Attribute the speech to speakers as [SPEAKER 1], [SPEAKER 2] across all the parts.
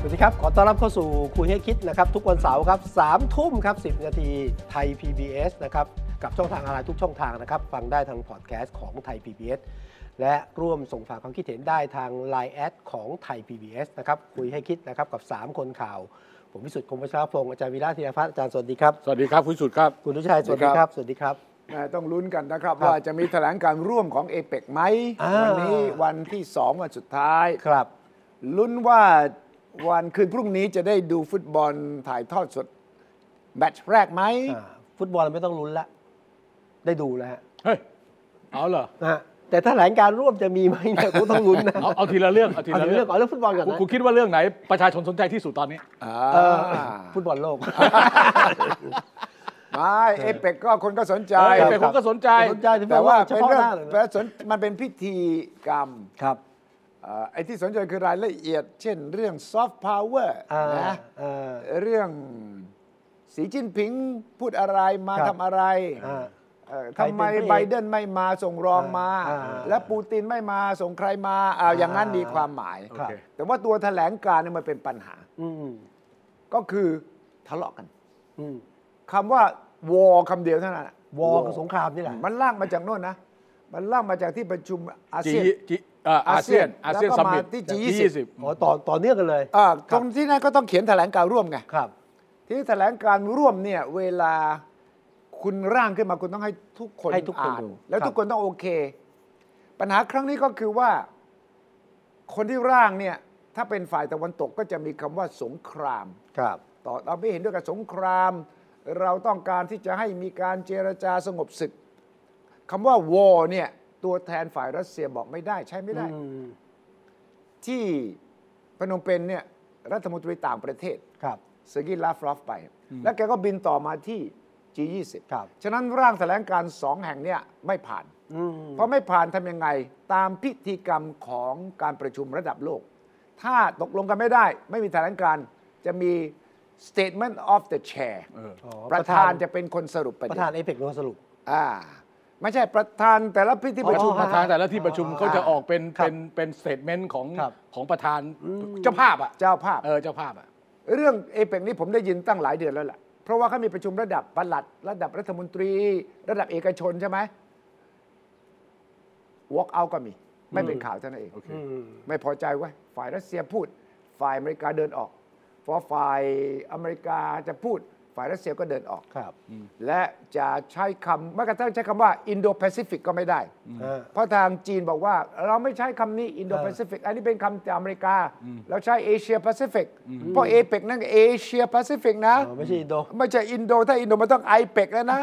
[SPEAKER 1] สวัสดีครับ ขอต้อนรับเข้าสู่คุยให้คิดนะครับ ทุกวันเสาร์ครับสามทุ่มครับสินาทีไทย PBS นะครับ กับช่องทางออนไลน์ทุกช่องทางนะครับ ฟังได้ทางพอดแคสต์ของไทย PBS และร่วมส่งฝากความคิดเห็นได้ทาง Line แอดของไทย PBS นะครับ คุยให้คิดนะครับ กับ 3 คนข่าว ผมวิสุทธิ์คมวชรพงศ์อาจารย์วีระธีรพัฒน์อาจารย์สวัสดีครับ
[SPEAKER 2] สวัสดีครับคุณสุดครับ
[SPEAKER 1] คุณทุชัยสวัสดีครับ สวัสดีครับ
[SPEAKER 3] นะต้องลุ้นกันนะครับ
[SPEAKER 1] ครับ
[SPEAKER 3] ว่าจะมีแถลงการร่วมของเอเปกไหม
[SPEAKER 1] อ่า
[SPEAKER 3] วันี้วันที่ 2 วันสุดท้าย
[SPEAKER 1] ครับ
[SPEAKER 3] ลุ้นว่าวันคืนพรุ่งนี้จะได้ดูฟุตบอลถ่ายทอดสด แมตช์แรกไหม
[SPEAKER 1] อ่าฟุตบอลไม่ต้องลุ้นละ ได้ดูแล้วฮะ
[SPEAKER 2] เฮ้ย เอาเหรอ
[SPEAKER 1] นะฮะแต่ถ้าแถลงการร่วมจะมีไหมเนี่ย กูต้องลุ้นนะ
[SPEAKER 2] เอาเอาทีละเรื่อง เอาที
[SPEAKER 1] เอา
[SPEAKER 2] ละ
[SPEAKER 1] ถึง
[SPEAKER 2] เรื่
[SPEAKER 1] เรื่อ
[SPEAKER 2] อ
[SPEAKER 1] ง
[SPEAKER 2] ง
[SPEAKER 1] เอาเรื่องฟุตบอลก่อน
[SPEAKER 2] คุณ
[SPEAKER 1] นะ
[SPEAKER 2] คุณคิดว่าเรื่องไหน ประชาชนสนใจที่สุดตอนนี้
[SPEAKER 3] อ่า
[SPEAKER 1] เออฟุตบอลโลก
[SPEAKER 3] ไม่เอเปกก็คนก็สนใจ
[SPEAKER 2] เอ้ย
[SPEAKER 1] ครับ
[SPEAKER 2] เป็นคนก็สนใจ
[SPEAKER 1] สนใจถึง
[SPEAKER 3] แต่ว่า
[SPEAKER 1] เฉ
[SPEAKER 3] เป็น
[SPEAKER 1] พาะ
[SPEAKER 3] เรื่
[SPEAKER 1] ห
[SPEAKER 3] อง
[SPEAKER 1] น้าเลย
[SPEAKER 3] แต่
[SPEAKER 1] นะ
[SPEAKER 3] สนมันเป็นพิธีกรรม
[SPEAKER 1] ครับ
[SPEAKER 3] เอ่อไอ้ที่สนใจคือรายละเอียด เช่นเรื่องซอฟต์พาวเวอร์
[SPEAKER 1] อ่า
[SPEAKER 3] นะ
[SPEAKER 1] อ่า
[SPEAKER 3] เรื่องสีจิ้นผิงพูดอะไรมา
[SPEAKER 1] ครับ
[SPEAKER 3] ทำอะไร
[SPEAKER 1] อ่า
[SPEAKER 3] เอ่อ
[SPEAKER 1] ใคร
[SPEAKER 3] ทำไม
[SPEAKER 1] เป็นพระเอก
[SPEAKER 3] ไบเดนไม่มาส่งรองมา
[SPEAKER 1] อ่าอ่า
[SPEAKER 3] และปูตินไม่มาส่งใครมาอ่าอย่างนั้นดีความหมาย
[SPEAKER 1] ครับ
[SPEAKER 3] แต่ว่าตัวแถลงการณ์เนี่ยมันเป็นปัญหา
[SPEAKER 1] อืม
[SPEAKER 3] ก็คือทะเลาะกัน
[SPEAKER 1] อืม
[SPEAKER 3] คำว่าวอคำเดียวเท่านั้นอะ
[SPEAKER 1] วอคือสงครามนี่แหละ
[SPEAKER 3] มันลากมาจากโน่นนะ มันลากมาจากที่ประชุมอา
[SPEAKER 2] จี
[SPEAKER 3] เซียน
[SPEAKER 2] จีเอ่ออาเซียน อา
[SPEAKER 3] อาเซี
[SPEAKER 2] เซีย
[SPEAKER 3] ย
[SPEAKER 2] น
[SPEAKER 3] น
[SPEAKER 2] ซัมมิต
[SPEAKER 3] แล้วก็มาที่ G20
[SPEAKER 2] 20
[SPEAKER 1] อ๋อต่อต่อเนื่องกันเลย
[SPEAKER 3] อ่าตรงที่นั่นก็ต้องเขียนแถลงการณ์ร่วมไง
[SPEAKER 1] ครับ
[SPEAKER 3] ที่แถลงการร่วมเนี่ยเวลาคุณร่างขึ้นมาคุณต้องให้ทุกคน
[SPEAKER 1] ให้ทุกคน
[SPEAKER 3] อ่า
[SPEAKER 1] ดู
[SPEAKER 3] แล้ว
[SPEAKER 1] ครับ
[SPEAKER 3] ทุกคนต้องโอเค ปัญหาครั้งนี้ก็คือว่า คนที่ร่างเนี่ยถ้าเป็นฝ่ายตะวันตกก็จะมีคำว่าสงคราม
[SPEAKER 1] ครับ
[SPEAKER 3] ต่อเราไม่เห็นด้วยกับสงคราม เราต้องการที่จะให้มีการเจรจาสงบศึกคำว่าวอเนี่ยตัวแทนฝ่ายรัสเซียบอกไม่ได้ใช้ไม่ได้
[SPEAKER 1] อืม
[SPEAKER 3] ที่พนมเปญเนี่ยรัฐมนตรีต่างประเทศ
[SPEAKER 1] ครับ
[SPEAKER 3] เซอร์กิลาฟรอฟไป แล้วแกก็บินต่อมาที่ G20
[SPEAKER 1] ครับ
[SPEAKER 3] ฉะนั้นร่างแถลงการณ์สองแห่งเนี่ยไม่ผ่าน
[SPEAKER 1] อืม
[SPEAKER 3] เพราะไม่ผ่านทำยังไง ตามพิธีกรรมของการประชุมระดับโลก ถ้าตกลงกันไม่ได้ ไม่มีแถลงการณ์จะมี statement of the chair
[SPEAKER 1] อ๋อ
[SPEAKER 3] ประธานจะเป็นคนสรุปป
[SPEAKER 1] ป
[SPEAKER 3] ระ
[SPEAKER 1] ระ
[SPEAKER 3] เด็
[SPEAKER 1] ธาน
[SPEAKER 3] น
[SPEAKER 1] เอเปกสรุป
[SPEAKER 3] อ่าไม่ใช่ประธานแต่ละพิธีประชุม
[SPEAKER 1] อ๋อ
[SPEAKER 2] ประธานแต่ละที่ประชุมเขาจะออกเป็น
[SPEAKER 1] ครับ
[SPEAKER 2] เป็นเป็นสเตทเมนต์ของ
[SPEAKER 1] ครับ
[SPEAKER 2] ของประธานเจ้าภาพอ่ะ
[SPEAKER 3] เจ้าภาพ
[SPEAKER 2] เออเจ้าภาพอ่ะ
[SPEAKER 3] เรื่องเอเปกนี่ผมได้ยินตั้งหลายเดือนแล้วล่ะ เพราะว่าเขามีประชุมระดับปลัด ระดับรัฐมนตรี ระดับเอกชนใช่ไหม walk out ก็มี ไม่เป็นข่าวเท่านั้นเอง
[SPEAKER 1] อืม
[SPEAKER 3] ไม่พอใจเว้ยฝ่ายรัสเซียพูด ฝ่ายอเมริกาเดินออก พอฝ่ายอเมริกาจะพูด ฝ่ายรัสเซียก็เดินออก
[SPEAKER 1] ครับ
[SPEAKER 3] และจะใช้คำแม้กระทั่งใช้คำว่า Indo Pacific ก็ไม่ได้
[SPEAKER 1] อ่า
[SPEAKER 3] เพราะทางจีนบอกว่าเราไม่ใช้คำนี้ Indo Pacific อันนี้เป็นคำจากอเมริกา เราใช้ Asia Pacific เพราะ APEC นั่น Asia Pacific นะ
[SPEAKER 1] อ๋อไม่ใช่ Indo
[SPEAKER 3] ไม่ใช่อินโด ถ้าอินโดมันต้อง IPEC แล้วนะ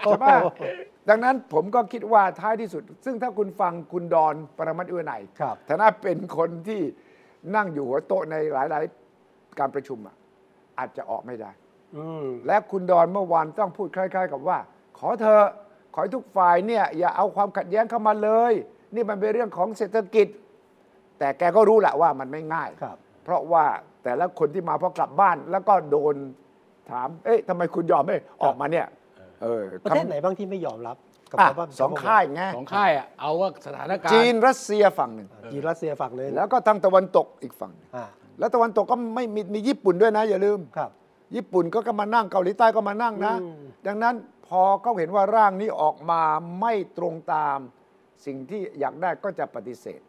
[SPEAKER 3] ใช่ปะดังนั้นผมก็คิดว่าท้ายที่สุด ซึ่งถ้าคุณฟังคุณดอนปรมัตถ์เอื้อไหน
[SPEAKER 1] ครับ
[SPEAKER 3] ฐานะเป็นคนที่นั่งอยู่หัวโต๊ะในหลาย ๆ การประชุมอะอาจจะออกไม่ได้
[SPEAKER 1] อืม
[SPEAKER 3] และคุณดอนเมื่อวานต้องพูดคล้ายๆ กับว่า ขอเธอะขอให้ทุกฝ่ายเนี่ยอย่าเอาความขัดแย้งเข้ามาเลย นี่มันเป็นเรื่องของเศรษฐกิจ แต่แกก็รู้แหละว่ามันไม่ง่าย
[SPEAKER 1] ครับ
[SPEAKER 3] เพราะว่าแต่ละคนที่มาพอกลับบ้านแล้วก็โดนถาม เอ๊ะทำไมคุณยอมไม่ออกมาเนี่ยเออ
[SPEAKER 1] ประเทศไหนบ้างที่ไม่ยอมรับกับ
[SPEAKER 3] อ่ะ
[SPEAKER 1] สภาพ
[SPEAKER 3] สองค่ายไง
[SPEAKER 2] สองค่ายอ่ะเอาว่าสถานการณ์
[SPEAKER 3] จีนรัสเซียฝั่งหนึ่ง
[SPEAKER 1] จีนรัสเซียฝั่งเลย
[SPEAKER 3] แล้วก็ทางตะวันตกอีกฝั่งหนึ่ง
[SPEAKER 1] อ่า
[SPEAKER 3] แล้วตะวันตกก็ไม่มีมีญี่ปุ่นด้วยนะ อย่าลืม
[SPEAKER 1] ครับ
[SPEAKER 3] ญี่ปุ่นก็ก็มานั่งเกาหลีใต้ก็มานั่งนะ
[SPEAKER 1] อืม
[SPEAKER 3] ดังนั้นพอเขาเห็นว่าร่างนี้ออกมาไม่ตรงตามสิ่งที่อยากได้ก็จะปฏิเสธ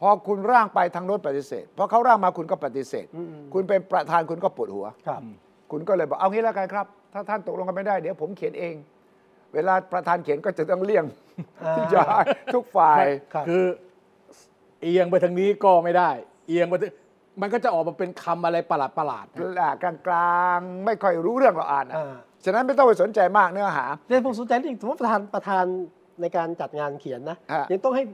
[SPEAKER 3] พอคุณร่างไปทางโน้นปฏิเสธพอเขาร่างมาคุณก็ปฏิเสธ คุณเป็นประธานคุณก็ปวดหัว
[SPEAKER 1] ครับ
[SPEAKER 3] คุณก็เลยบอกเอางี้แล้วกันครับ ถ้าท่านตกลงกันไม่ได้เดี๋ยวผมเขียนเอง เวลาประธานเขียนก็จะต้องเลี่ยง
[SPEAKER 1] อ่า
[SPEAKER 3] ที่จะให้ทุกฝ่าย
[SPEAKER 1] ครับ
[SPEAKER 2] คือเอียงไปทางนี้ก็ไม่ได้ เอียงไปทางมันก็จะออกมาเป็นคำอะไรประหลาดประหลาดๆ
[SPEAKER 3] หลากกลางๆไม่ค่อยรู้เรื่องเราอ่านอะ
[SPEAKER 1] อ่า
[SPEAKER 3] ฉะนั้นไม่ต้องไปสนใจมากเนื้อหา
[SPEAKER 1] เรื่องผมสนใจจริงสมมติประธานประธานในการจัดงานเขียนนะ
[SPEAKER 3] ฮะ
[SPEAKER 1] ยังต้องให้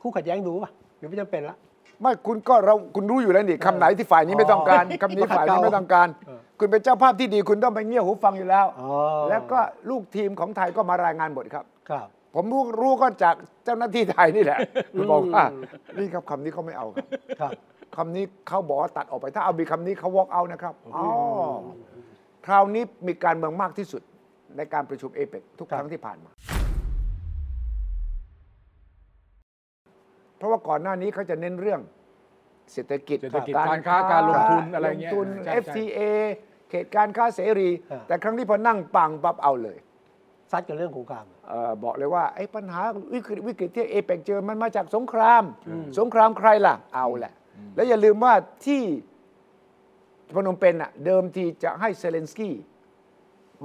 [SPEAKER 1] คู่ขัดแย้งดูป่ะหรือไม่จำเป็นละ
[SPEAKER 3] ไม่คุณก็เราคุณรู้อยู่แล้วนี่คำไหนที่ฝ่ายนี้ไม่ต้องการ
[SPEAKER 1] อ๋อ
[SPEAKER 3] คำนี้ฝ่ายนี้ไม่ต้องการ
[SPEAKER 1] เออ
[SPEAKER 3] คุณเป็นเจ้าภาพที่ดีคุณต้องไปเงี่ยหูฟังอยู่แล้ว
[SPEAKER 1] อ๋อ
[SPEAKER 3] แล้วก็ลูกทีมของไทยก็มารายงานบทครับ
[SPEAKER 1] ครับ
[SPEAKER 3] ผมรู้รู้ก็จากเจ้าหน้าที่ไทยนี่แหละ
[SPEAKER 1] อืม
[SPEAKER 3] บอกว่านี่ครับคำนี้เขาไม่เอาค
[SPEAKER 1] ครั
[SPEAKER 3] รับ
[SPEAKER 1] บ
[SPEAKER 3] คำนี้เขาบอกว่าตัดออกไปถ้าเอามีคำนี้เขา walk out นะครับอ๋อคราวนี้มีการเมืองมากที่สุดในการประชุมเอเปกทุกครั้งที่ผ่านมา เพราะว่าก่อนหน้านี้เขาจะเน้นเรื่องเศรษฐกิจ
[SPEAKER 2] เศรษฐกิจการค้าการลงทุนอะไรเงี้ย
[SPEAKER 3] ลงทุน
[SPEAKER 2] ใช่ใช่
[SPEAKER 3] FTA เขตการค้าเสรี
[SPEAKER 1] อ่า
[SPEAKER 3] แต่ครั้งนี้พอนั่งปังปั๊บเอาเลย
[SPEAKER 1] ซัดกับเรื่องของกราม
[SPEAKER 3] เออบอกเลยว่าไอ้ปัญหาวิกฤตวิกฤตที่เอเปกเจอมันมาจากสงคราม สงครามใครล่ะ เอาแหละ แล้วอย่าลืมว่าที่พนมเปญน่ะเดิมทีจะให้เซเลนสกี้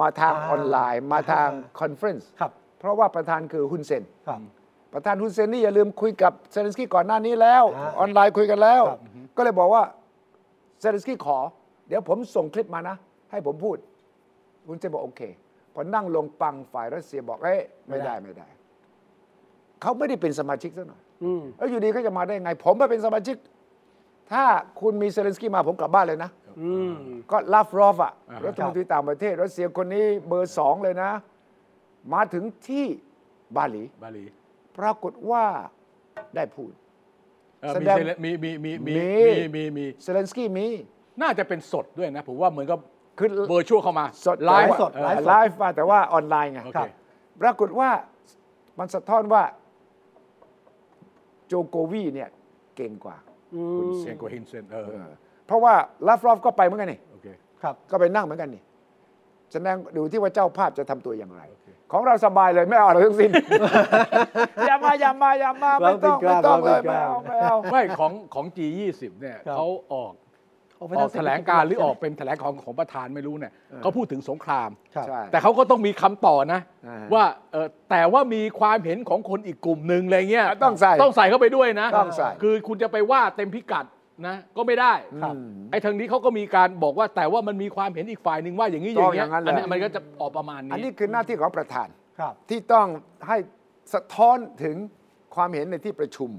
[SPEAKER 3] มาทางออนไลน์ มาทางคอนเฟรนซ์
[SPEAKER 1] ครับ
[SPEAKER 3] เพราะว่าประธานคือฮุนเซน
[SPEAKER 1] ครับ
[SPEAKER 3] ประธานฮุนเซนนี่อย่าลืมคุยกับเซเลนสกี้ก่อนหน้านี้แล้ว
[SPEAKER 1] อ่า
[SPEAKER 3] ออนไลน์คุยกันแล้ว
[SPEAKER 1] ครับ
[SPEAKER 3] ก็เลยบอกว่าเซเลนสกี้ขอ เดี๋ยวผมส่งคลิปมานะ ให้ผมพูดฮุนเซนบอกโอเคพอนั่งลงปังฝ่ายรัสเซียบอกเอ้ยไม่ได้ไม่ได้ เขาไม่ได้เป็นสมาชิกซะหน่อย
[SPEAKER 1] อืม
[SPEAKER 3] แล้วอยู่ดีก็จะมาได้ไง ผมมาเป็นสมาชิก ถ้าคุณมีเซเลนสกี้มาผมกลับบ้านเลยนะ
[SPEAKER 1] อืม
[SPEAKER 3] ก็ลาฟรอฟอ่ะ
[SPEAKER 2] อ่าฮะ
[SPEAKER 3] รัฐมนตรีต่างประเทศรัสเซียคนนี้เบอร์สองเลยนะ มาถึงที่บาหลี
[SPEAKER 2] บาหลี
[SPEAKER 3] ปรากฏว่าได้พูด
[SPEAKER 2] เอ่อ
[SPEAKER 3] แส
[SPEAKER 2] มี
[SPEAKER 3] ดง
[SPEAKER 2] เซเลมีมีมีมี
[SPEAKER 3] มี
[SPEAKER 2] มีมีมี
[SPEAKER 3] เซเลนสกี้มี
[SPEAKER 2] น่าจะเป็นสดด้วยนะ ผมว่าเหมือนกับ
[SPEAKER 3] คือ
[SPEAKER 2] เบอร์ชั่วเข้ามา
[SPEAKER 3] สด
[SPEAKER 2] ไลฟ์
[SPEAKER 1] สด
[SPEAKER 2] เอ
[SPEAKER 3] ไล
[SPEAKER 2] อ
[SPEAKER 3] ฟ์ไลฟ์มาแต่ว่าออนไลน์ไง
[SPEAKER 2] โอเค
[SPEAKER 3] ครับ ปรากฏว่ามันสะท้อนว่าโจโกวีเนี่ยเก่งกว่า
[SPEAKER 1] อืม
[SPEAKER 2] เสียงกว่าฮินเซนเออ
[SPEAKER 3] เออ เพราะว่าลาฟรอฟก็ไปเหมือนกันนี่
[SPEAKER 2] โอเค
[SPEAKER 1] ครับ
[SPEAKER 3] ก็ไปนั่งเหมือนกันนี่แสดงดูที่ว่าเจ้าภาพจะทำตัวอย่างไร
[SPEAKER 2] โอเค
[SPEAKER 3] ของเราสบายเลยไม่เอาอะไรทั้งสิ้น อย่ามาอย่ามาอย่ามาไม่ต้องไม่ต้องเลยไม่เอาไม่เอา
[SPEAKER 2] ไม่ของของ G20 เนี่ยเขาออก
[SPEAKER 1] เาไป
[SPEAKER 2] อ
[SPEAKER 1] ทา
[SPEAKER 2] อง กแถลงการณ์หรือออกเป็นแถลงของของประธานไม่รู้เนี่ยเขาพูดถึงสงคราม
[SPEAKER 1] ครับ
[SPEAKER 3] ใช่
[SPEAKER 2] แต่เขาก็ต้องมีคำต่อนะ
[SPEAKER 3] อ่าฮะ
[SPEAKER 2] ว่าเอ่อแต่ว่ามีความเห็นของคนอีกกลุ่มหนึ่งอะไรเงี้ย
[SPEAKER 3] อ่ะต้องใส่
[SPEAKER 2] ต้องใส่เข้าไปด้วยนะ
[SPEAKER 3] ต้องใส่
[SPEAKER 2] คือคุณจะไปว่าเต็มพิกัดนะ ก็ไม่ได้
[SPEAKER 3] ครับ
[SPEAKER 2] ไอ้ทางนี้เขาก็มีการบอกว่าแต่ว่ามันมีความเห็นอีกฝ่ายหนึ่งว่าอย่างนี้อ
[SPEAKER 3] ต้
[SPEAKER 2] ย่า
[SPEAKER 3] อง
[SPEAKER 2] งเงี้
[SPEAKER 3] อย ย่างนั้นเลย
[SPEAKER 2] อันเนี้ยมันก็จะออกประมาณ
[SPEAKER 3] อัน
[SPEAKER 2] นี้
[SPEAKER 3] นี้คือหน้าที่ของประธาน
[SPEAKER 1] ครับ
[SPEAKER 3] ที่ต้องให้สะท้อนถึงความเห็นในที่ประชุม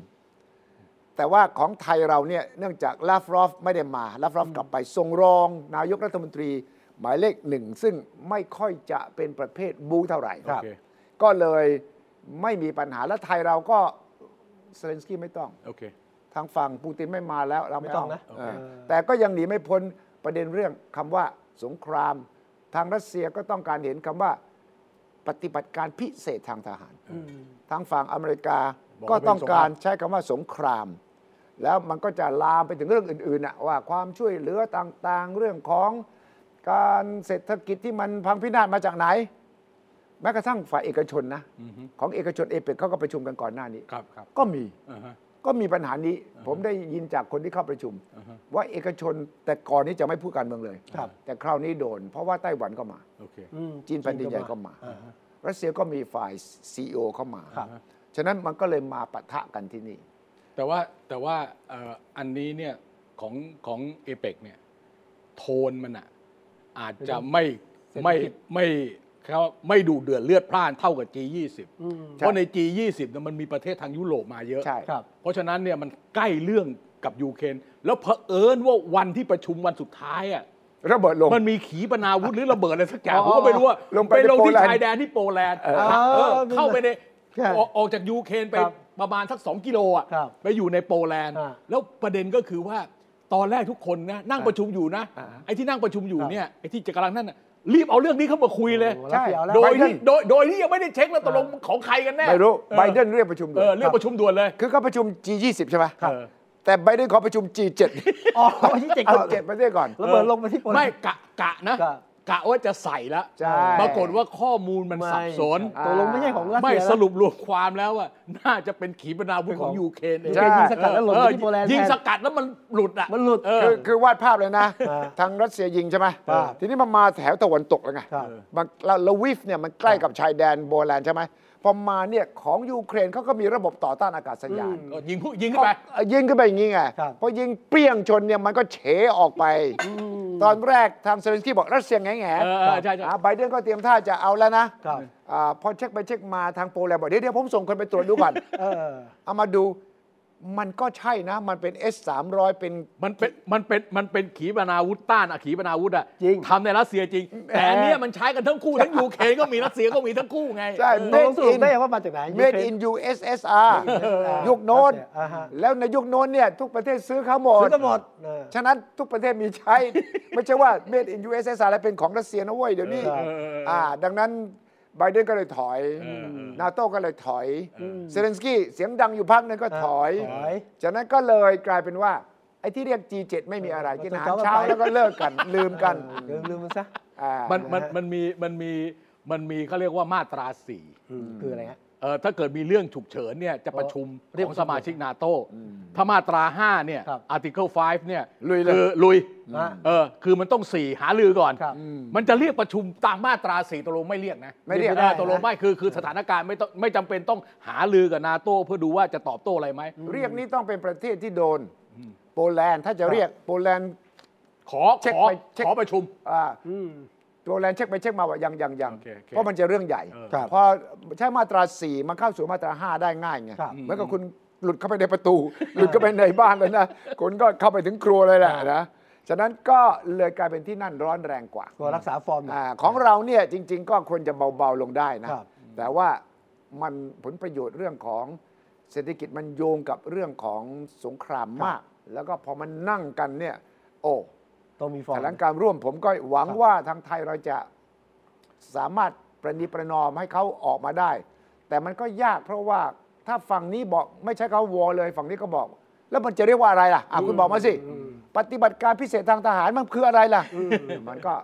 [SPEAKER 3] แต่ว่าของไทยเราเนี่ยเนื่องจากลาฟรอฟไม่ได้มาลาฟรอฟกลับไปทรงรอง นายกรัฐมนตรี หมายเลขหนึ่ง ซึ่งไม่ค่อยจะเป็นประเภทบูเท่าไหร่
[SPEAKER 2] โอเค
[SPEAKER 3] ก็เลยไม่มีปัญหาและไทยเราก็เซเลนสกี้ไม่ต้อง
[SPEAKER 2] โอเค
[SPEAKER 3] ทางฝั่งปูตินไม่มาแล้วเราไม่
[SPEAKER 1] ไม่ต้อง
[SPEAKER 3] เา
[SPEAKER 1] นะ
[SPEAKER 3] เออ
[SPEAKER 1] เออ
[SPEAKER 3] แต่ก็ยังหนีไม่พ้นประเด็นเรื่องคำว่าสงคราม ทางรัสเซียก็ต้องการเห็นคำว่า ปฏิบัติการพิเศษทางทหาร
[SPEAKER 1] อืม
[SPEAKER 3] ทางฝั่งอเมริกา
[SPEAKER 2] บอก
[SPEAKER 3] ก็
[SPEAKER 2] ว่าเป็น
[SPEAKER 3] ต้องการ
[SPEAKER 2] สงคราม
[SPEAKER 3] ใช้คำว่าสงคราม แล้วมันก็จะลามไปถึงเรื่องอื่นๆน่ะว่าความช่วยเหลือต่างๆ เรื่องของการเศรษฐกิจที่มันพังพินาศมาจากไหน แม้กระทั่งฝ่ายเอกชนนะ
[SPEAKER 2] อือฮึ
[SPEAKER 3] ของเอกชนเอเปกเขาก็ประชุมกันก่อนหน้านี้
[SPEAKER 2] ครับครับ
[SPEAKER 3] ก็มี
[SPEAKER 2] อ่าฮะ
[SPEAKER 3] ก็มีปัญหานี้ ผมได้ยินจากคนที่เข้าประชุม
[SPEAKER 2] อ่าฮะ
[SPEAKER 3] ว่าเอกชนแต่ก่อนนี้จะไม่พูดการเมืองเลย
[SPEAKER 1] ครับ
[SPEAKER 3] แต่คราวนี้โดน เพราะว่าไต้หวันก็มา
[SPEAKER 2] โอเค
[SPEAKER 1] อืม
[SPEAKER 3] จีนแผ่นดินใหญ่ก็มา
[SPEAKER 1] อ่ฮะ
[SPEAKER 3] รัสเซียก็มีฝ่ายซีอเข้ามา
[SPEAKER 1] ครับ
[SPEAKER 3] ฉะนั้นมันก็เลยมาปะทะกันที่นี่
[SPEAKER 2] แต่ว่าแต่ว่าเอ่ออันนี้เนี่ยของของเอเปกเนี่ยโทนมันอ่ะอาจจะไม่ไม่ไม่เขาไม่ดูเดือดเลือดพล่านเท่ากับ G20
[SPEAKER 1] อืม
[SPEAKER 2] เพราะใน G20 เนี่ยมันมีประเทศทางยุโรปมาเยอะ
[SPEAKER 3] ใช่
[SPEAKER 1] ครับ
[SPEAKER 2] เพราะฉะนั้นเนี่ยมันใกล้เรื่องกับยูเครนแล้วเผอิญว่าวันที่ประชุมวันสุดท้ายอ่ะ
[SPEAKER 3] ระเบิดลง
[SPEAKER 2] มันมีขีปนาวุธหรือระเบิดอะไรสักอย่าง
[SPEAKER 1] อ๋อ
[SPEAKER 2] ผมก็ไม่รู้ว่า
[SPEAKER 3] ลงไป
[SPEAKER 2] ไป
[SPEAKER 3] ใน
[SPEAKER 2] ลงที่
[SPEAKER 3] โปแลนด์
[SPEAKER 2] ชายแดนที่โปแลนด์
[SPEAKER 1] เออ
[SPEAKER 2] เออ
[SPEAKER 1] เออ
[SPEAKER 2] เข้าไปใน
[SPEAKER 1] ใช่
[SPEAKER 2] ออกออกจากยูเครนไป
[SPEAKER 1] ครับ
[SPEAKER 2] ประมาณสัก 2 กิโลอ่ะ
[SPEAKER 1] ครับ
[SPEAKER 2] ไปอยู่ในโปแลนด์
[SPEAKER 1] อ่า
[SPEAKER 2] แล้วประเด็นก็คือว่าตอนแรกทุกคนนะนั่งประชุมอยู่นะ
[SPEAKER 3] อ่า
[SPEAKER 2] ไอ้ที่นั่งประชุมอยู่
[SPEAKER 1] ครับ
[SPEAKER 2] เนี่ยไอ้ที่จะกำลังนั่นน่ะรีบเอาเรื่องนี้เข้ามาคุยเลย
[SPEAKER 1] โอ้โห
[SPEAKER 3] ใช่
[SPEAKER 1] รัสเซียเอาแล้ว
[SPEAKER 2] โดย
[SPEAKER 3] ไบเด
[SPEAKER 2] ที่
[SPEAKER 3] น
[SPEAKER 2] โดยโดยที่ยังไม่ได้เช็คแล้วตกลงของใครกันแน่
[SPEAKER 3] ไม่รู้
[SPEAKER 2] ออ
[SPEAKER 3] ไบเดนเรียกประชุมด่
[SPEAKER 2] เอ
[SPEAKER 3] ว
[SPEAKER 2] อน เรียกประชุมด่วนเลย
[SPEAKER 3] คือเขาประชุม G20 ใช่ไหม
[SPEAKER 2] ครับ
[SPEAKER 3] แต่ไบเดนขอประชุม G7
[SPEAKER 1] อ๋อที่เจ็ด
[SPEAKER 3] เอา
[SPEAKER 1] ก่อน
[SPEAKER 3] เจ็ดประเทศก่อน
[SPEAKER 1] ระเบิดลงมาที่โปแลนด์
[SPEAKER 2] ไม่กะกะนะ
[SPEAKER 1] กะ
[SPEAKER 2] กะว่าจะใส่ละ
[SPEAKER 3] ใช่
[SPEAKER 2] ปรากฏว่าข้อมูลมันสับสน
[SPEAKER 1] ตกลงไม่ใช่ของรัสเซีย
[SPEAKER 2] ไม่
[SPEAKER 1] นะ
[SPEAKER 2] สรุปรวมความแล้วว่าน่าจะเป็นขีปนาวุธของยูเครนเอง
[SPEAKER 1] ยูเครนยิงสกัดแล้วหล่นไปที่
[SPEAKER 2] เออ
[SPEAKER 1] โปแลนด์
[SPEAKER 2] ยิง
[SPEAKER 1] แทน
[SPEAKER 2] สกัดแล้วมันหลุดอ่ะ
[SPEAKER 1] มันหลุด
[SPEAKER 2] เออ
[SPEAKER 3] คือคือวาดภาพเลยนะ
[SPEAKER 1] อ่า
[SPEAKER 3] ทางรัสเซียยิงใช่ไหม
[SPEAKER 1] ครับ
[SPEAKER 3] ทีนี้มันมาแถวตะวันตกแล้วไง
[SPEAKER 1] ครับ
[SPEAKER 3] มันแล้วลาวิฟเนี่ยมันใกล้กับชายแดนโบแลนด์ใช่ไหมพอมาเนี่ยของยูเครนเขาก็มีระบบต่อต้านอากาศยาน
[SPEAKER 2] ก็ยิงผู้ยิงเข้าไป
[SPEAKER 3] เอ่อยิงขึ้นไปอย่างนี้ไง
[SPEAKER 1] ครับ
[SPEAKER 3] พอยิงเปรี้ยงชนเนี่ยมันก็เฉออกไป ตอนแรกทางเซเลนสกี้บอกรัสเซียแง่แง่
[SPEAKER 2] เออเออใช่ใช่
[SPEAKER 3] ไบเดนก็เตรียมท่าจะเอาแล้วนะครับ อ่าพอเช็คไปเช็คมาทางโปแลนด์บอกเดี๋ยวเดี๋ยวผมส่งคนไปตรวจดูก่อน
[SPEAKER 1] เออ
[SPEAKER 3] เอามาดู มันก็ใช่นะ มันเป็น S 3 0 0เป็น
[SPEAKER 2] มันเป็นมันเป็นมันเป็นขีปนาวุธต้านอะขีปนาวุธอะ
[SPEAKER 1] จริง
[SPEAKER 2] ทำในรัสเซียจริง แต่อันเนี้ยมันใช้กันทั้งคู่ ทั้งยูเครนก็มีรัสเซียก็มีทั้งคู่ไง
[SPEAKER 3] ใช่
[SPEAKER 1] ตกลงสรุปได้ว่ามาจากไหน
[SPEAKER 3] Made in USSR ยุคโน้น
[SPEAKER 1] อ่าฮะ
[SPEAKER 3] แล้วในยุคโน้นเนี่ย ทุกประเทศซื้อเขาหมด
[SPEAKER 1] ซื้อกันหมดเออ
[SPEAKER 3] ฉะนั้นทุกประเทศมีใช้ ไม่ใช่ว่า Made in USSR อะไรเป็นของรัสเซียนะเว้ยเดี๋ยวนี้
[SPEAKER 1] เออ
[SPEAKER 2] เออเออ
[SPEAKER 3] อ่า ดังนั้นไบเดนก็เลยถอย
[SPEAKER 2] เออเออ
[SPEAKER 3] นาโต้ก็เลยถอย เซเลนสกี้เสียงดังอยู่พักหนึงก็ถอย
[SPEAKER 1] ถอย
[SPEAKER 3] จากนั้นก็เลยกลายเป็นว่า ไอ้ที่เรียก G7 ไม่มีอะไรกินอาหารเช้าแล้วก็เลิกกัน ลืมกัน
[SPEAKER 1] เออลืมมันซะ
[SPEAKER 3] อ่า
[SPEAKER 2] มันมันมันมีมันมีมันมีเขาเรียกว่ามาตราสี่
[SPEAKER 1] คืออะไรฮะ
[SPEAKER 2] เอ่อถ้าเกิดมีเรื่องฉุกเฉินเนี่ยจะประชุม
[SPEAKER 1] เรียก
[SPEAKER 2] ของสมาชิกนาโต้ถ้ามาตรา 5 เนี่ย
[SPEAKER 1] ครับ
[SPEAKER 2] Article 5 เนี่ย
[SPEAKER 3] ลุยเล
[SPEAKER 2] คือย ลุย
[SPEAKER 1] นะ
[SPEAKER 2] เออคือมันต้อง 4 หาลือก่อน
[SPEAKER 1] ครับ
[SPEAKER 2] มันจะเรียกประชุมตามมาตราสี่ตกลงไม่เรียกนะ
[SPEAKER 3] ไม่เรียก
[SPEAKER 2] ออตกลงไม่คือคือสถานการณ์ไม่ต้องไม่จำเป็นต้องหาลือกับนาโต้เพื่อดูว่าจะตอบโต้อะไรไหม
[SPEAKER 3] เรียกนี่ต้องเป็นประเทศที่โดน โปแลนด์ถ้าจะเรียกโปแลนด์
[SPEAKER 2] ขอ
[SPEAKER 3] เช็ค
[SPEAKER 2] ขอ
[SPEAKER 3] ไปเช็ค
[SPEAKER 2] ขอประชุม
[SPEAKER 3] อ่า
[SPEAKER 1] อืม
[SPEAKER 3] โปแลนด์เช็คไปเช็คมาว่ายังยังยัง
[SPEAKER 2] โอเคโอเค
[SPEAKER 3] เพราะมันจะเรื่องใหญ่
[SPEAKER 1] ครับ
[SPEAKER 3] พอใช้มาตรา 4 มันเข้าสู่มาตรา 5 ได้ง่ายไง
[SPEAKER 1] ครับ
[SPEAKER 3] เหมือนกับคุณหลุดเข้าไปในประตู หลุดเข้าไปในบ้านแล้วนะคุณก็เข้าไปถึงครัวเลยแหละนะฉะนั้นก็เลยกลายเป็นที่นั่นร้อนแรงกว่า
[SPEAKER 1] ก็รักษาฟอร์มหน่อย
[SPEAKER 3] อาของเราเนี่ยจริง ๆ ก็ควรจะเบา ๆ ลงได้นะ
[SPEAKER 1] ครับ
[SPEAKER 3] แต่ว่ามันผลประโยชน์เรื่องของเศรษฐกิจมันโยงกับเรื่องของสงครามมาก แล้วก็พอมันนั่งกันเนี่ย โอ้
[SPEAKER 1] ต้องมีฟอร์ม
[SPEAKER 3] แถลงการร่วมผมก็หวังว่าทางไทยเราจะสามารถประนีประนอมให้เขาออกมาได้ แต่มันก็ยากเพราะว่าถ้าฝั่งนี้บอกไม่ใช้คำวอเลยฝั่งนี้ก็บอก แล้วมันจะเรียกว่าอะไรล่ะอ่ะคุณบอกมาสิ ปฏิบัติการพิเศษทางทหารมันคืออะไรล่ะมันก็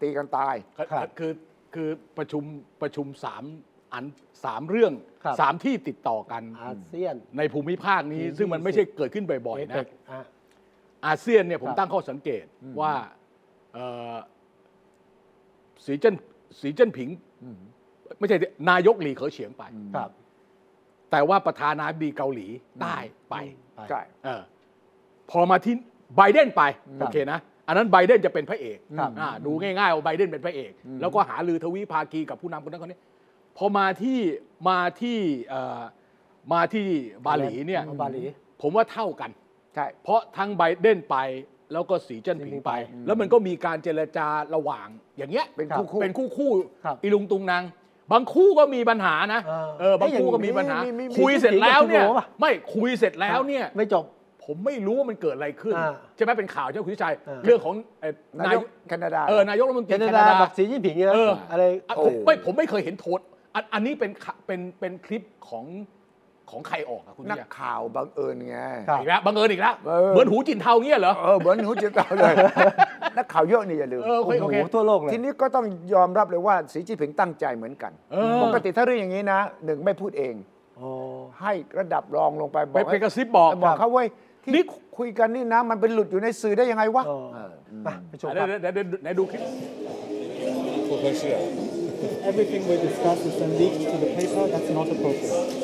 [SPEAKER 3] ตีกันตาย
[SPEAKER 2] คือ
[SPEAKER 1] ครับ
[SPEAKER 2] คือคือประชุมประชุมสามอันสามเรื่อง
[SPEAKER 1] ครับ
[SPEAKER 2] สามที่ติดต่อกัน
[SPEAKER 1] อาเซียน
[SPEAKER 2] ในภูมิภาคนี้
[SPEAKER 1] อืม
[SPEAKER 2] ซึ่งมันไม่ใช่เกิดขึ้นบ่อยๆ
[SPEAKER 1] เอ
[SPEAKER 2] นะ
[SPEAKER 1] กอ่ะ
[SPEAKER 2] อาเซียนเนี่ยผม
[SPEAKER 1] ครับ
[SPEAKER 2] ตั้งข้อสังเกตว่าเอ่อสีเจิ้นสีเจิ้นผิง ไม่ใช่นายกหลีเขอเฉียงไป
[SPEAKER 1] ครับ
[SPEAKER 2] แต่ว่าประธานาธิบดีเกาหลีใต้ไป
[SPEAKER 3] ใช่
[SPEAKER 2] เออพอมาที่ไบเดนไป
[SPEAKER 3] ค
[SPEAKER 2] โอ
[SPEAKER 3] รั
[SPEAKER 2] บ เคนะ อันนั้นไบเดนจะเป็นพระเอก
[SPEAKER 3] ครับ
[SPEAKER 2] อ่าดูง่ายๆว่าไบเดนเป็นพระเอก แล้วก็หาลือทวีภาคีกับผู้นำคนนั้นคนนี้ พอมาที่มาที่เอ่อมาที่บาหลีเนี่ย
[SPEAKER 1] บาหลี
[SPEAKER 2] ผมว่าเท่ากัน
[SPEAKER 3] ใช่
[SPEAKER 2] เพราะทั้งไบเดนไปแล้วก็สีเจิ้นผิงไป แล้วมันก็มีการเจรจาระหว่างอย่างเงี้ย
[SPEAKER 3] เป็นคู่ๆ
[SPEAKER 2] เป็นคู่คู่
[SPEAKER 1] ครับ
[SPEAKER 2] อีลุงตุงนางบางคู่ก็มีปัญหานะ
[SPEAKER 1] เออ
[SPEAKER 2] เออบางคู่ก็มีปัญหา
[SPEAKER 1] มีมีมี
[SPEAKER 2] คุยเสร็จแล้วเนี่ย
[SPEAKER 1] มีคู่กับคิมโบะปะ
[SPEAKER 2] ไม่คุยเสร็จแล้วเนี่ย
[SPEAKER 1] ไม่จบ
[SPEAKER 2] ผมไม่รู้ว่ามันเกิดอะไรขึ้น
[SPEAKER 1] อ่า
[SPEAKER 2] ใช่ไหมเป็นข่าวใช่ไหมคุณชัย
[SPEAKER 1] อ่า
[SPEAKER 2] เรื่องของเอ่อน
[SPEAKER 3] ายกแคนาดา
[SPEAKER 2] เออนายกรัฐมนตรี
[SPEAKER 1] แค
[SPEAKER 2] แค
[SPEAKER 1] นา
[SPEAKER 2] นา
[SPEAKER 1] ดา
[SPEAKER 2] ดา
[SPEAKER 1] กับสีจิ้นผิงเนี่ย
[SPEAKER 2] เออ
[SPEAKER 1] อะไร
[SPEAKER 2] อ่ะ
[SPEAKER 3] โอ้
[SPEAKER 2] ผมไม่ผมไม่เคยเห็นโทษอันอันนี้เป็นข่าเป็นเป็นคลิปของของใครออกอะคุณ
[SPEAKER 3] นัก
[SPEAKER 2] เนี่ย
[SPEAKER 3] ข่าวบังเอิญไง
[SPEAKER 1] ครับ
[SPEAKER 2] อีกแล้วบังเอิญอีกแล้ว
[SPEAKER 3] เออ
[SPEAKER 2] เหมือนหูจินเทาเงี้ยเหรอ
[SPEAKER 3] เออเหมือนหูจิตเรา เลย นักข่าวเยอะนี่อย่าลืม
[SPEAKER 2] เออโอ
[SPEAKER 1] โอ้
[SPEAKER 2] เคโอ
[SPEAKER 1] โห
[SPEAKER 2] เค
[SPEAKER 1] ทั่วโลกเลย
[SPEAKER 3] ทีนี้ก็ต้องยอมรับเลยว่าสีจิ้นผิงตั้งใจเหมือนกัน
[SPEAKER 2] เออ
[SPEAKER 3] ปกติถ้าเรื่องอย่างนี้นะหนึ่งไม่พูดเอง
[SPEAKER 1] โอ้
[SPEAKER 3] ให้ระดับรองลงไปบ
[SPEAKER 2] ไป
[SPEAKER 3] อก
[SPEAKER 2] ไป
[SPEAKER 3] ให้
[SPEAKER 2] กระซิบบอก
[SPEAKER 3] บอกเขาเว้ย
[SPEAKER 2] นี่
[SPEAKER 3] ที่คุยกันนี่นะ มันเป็นหลุดอยู่ในสื่อได้ยังไงวะ
[SPEAKER 1] เออ
[SPEAKER 3] เออ
[SPEAKER 1] มาไปชม
[SPEAKER 2] อ่ะ
[SPEAKER 1] ครับ
[SPEAKER 2] เดี๋ยวเดี๋ยวเดี๋ยวไหนดูคลิป
[SPEAKER 4] everything we discuss is then leaked to the paper, that's not appropriate.